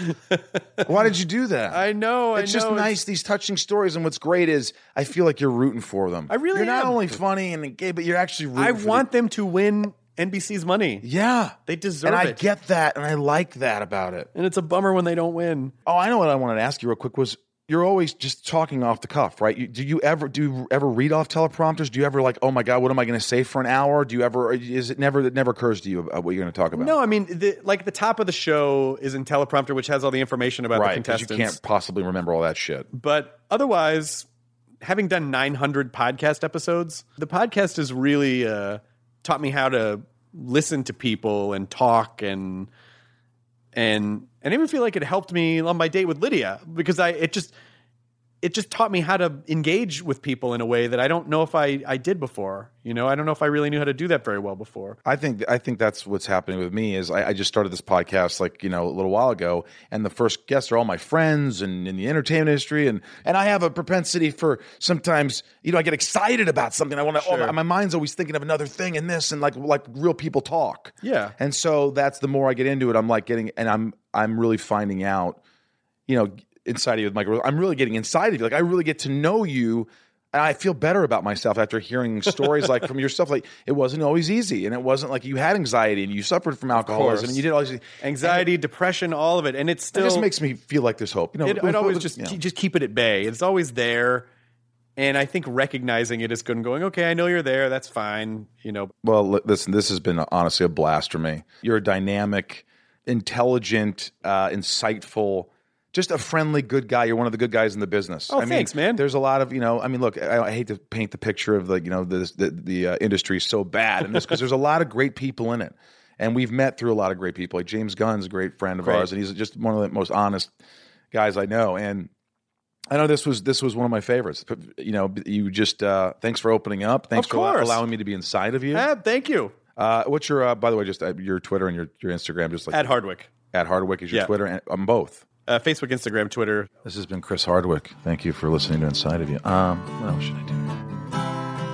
A: why did you do that?
C: I know. I
A: It's just
C: know,
A: nice these touching stories, and what's great is I feel like you're rooting for them. I
C: really
A: You're not
C: am.
A: only funny and gay, but you're actually. Rooting
C: I
A: for the-
C: want them to win NBC's money.
A: yeah,
C: They deserve
A: and I
C: it.
A: get that, and I like that about it.
C: and it's a bummer when they don't win.
A: Oh, I know what I wanted to ask you real quick was you're always just talking off the cuff, right? You, do you ever do you ever read off teleprompters? Do you ever like, oh my god, what am I going to say for an hour? Do you ever is it never it never occurs to you about what you're going to talk about?
C: No, I mean, the, like the top of the show is in teleprompter, which has all the information about the
A: right? Because you
C: contestants.
A: can't possibly remember all that shit.
C: But otherwise, having done 900 podcast episodes, the podcast has really uh, taught me how to listen to people and talk and and and I even feel like it helped me on my date with Lydia because I it just it just taught me how to engage with people in a way that I don't know if I I did before. You know, I don't know if I really knew how to do that very well before.
A: I think I think that's what's happening with me is I, I just started this podcast like you know a little while ago, and the first guests are all my friends and in the entertainment industry, and and I have a propensity for sometimes you know I get excited about something I want to oh my, my mind's always thinking of another thing and this and like like real people talk
C: Yeah.
A: and so that's the more I get into it I'm like getting and I'm I'm really finding out you know, inside of you with Michael. Rose. I'm really getting inside of you. Like I really get to know you. And I feel better about myself after
C: *laughs*
A: hearing stories like from yourself. Like it wasn't always easy, and it wasn't like you had anxiety and you suffered from alcoholism
C: course.
A: and you did all these. things.
C: Anxiety, depression, all of it, and it's
A: It
C: still
A: just makes me feel like there's hope. You know,
C: it, it always
A: with-
C: just
A: you know.
C: ke- just keep it at bay. It's always there, and I think recognizing it is good and going, okay, I know you're there. That's fine. You know,
A: Well, li- listen, this has been honestly a blast for me. You're a dynamic, intelligent, uh, insightful, just a friendly, good guy. You're one of the good guys in the business.
C: Oh,
A: I
C: thanks,
A: mean,
C: man.
A: There's a lot of you know. I mean, look, I, I hate to paint the picture of like you know the the, the uh, industry is so bad in this because there's a lot of great people in it, and we've met through a lot of great people. Like James Gunn's a great friend of
C: Great.
A: ours, and he's just one of the most honest guys I know. And I know this was this was one of my favorites. You know, you just uh, thanks for opening up. Thanks
C: Of
A: for allo-
C: course.
A: allowing me to be inside of you.
C: Ah, thank you.
A: Uh, what's your uh, by the way, just uh, your Twitter and your your Instagram, just like
C: At Hardwick.
A: at Hardwick is your
C: Yeah.
A: Twitter and on both.
C: Uh, Facebook, Instagram, Twitter.
A: This has been Chris Hardwick. Thank you for listening to Inside of You. Um, what else should I do?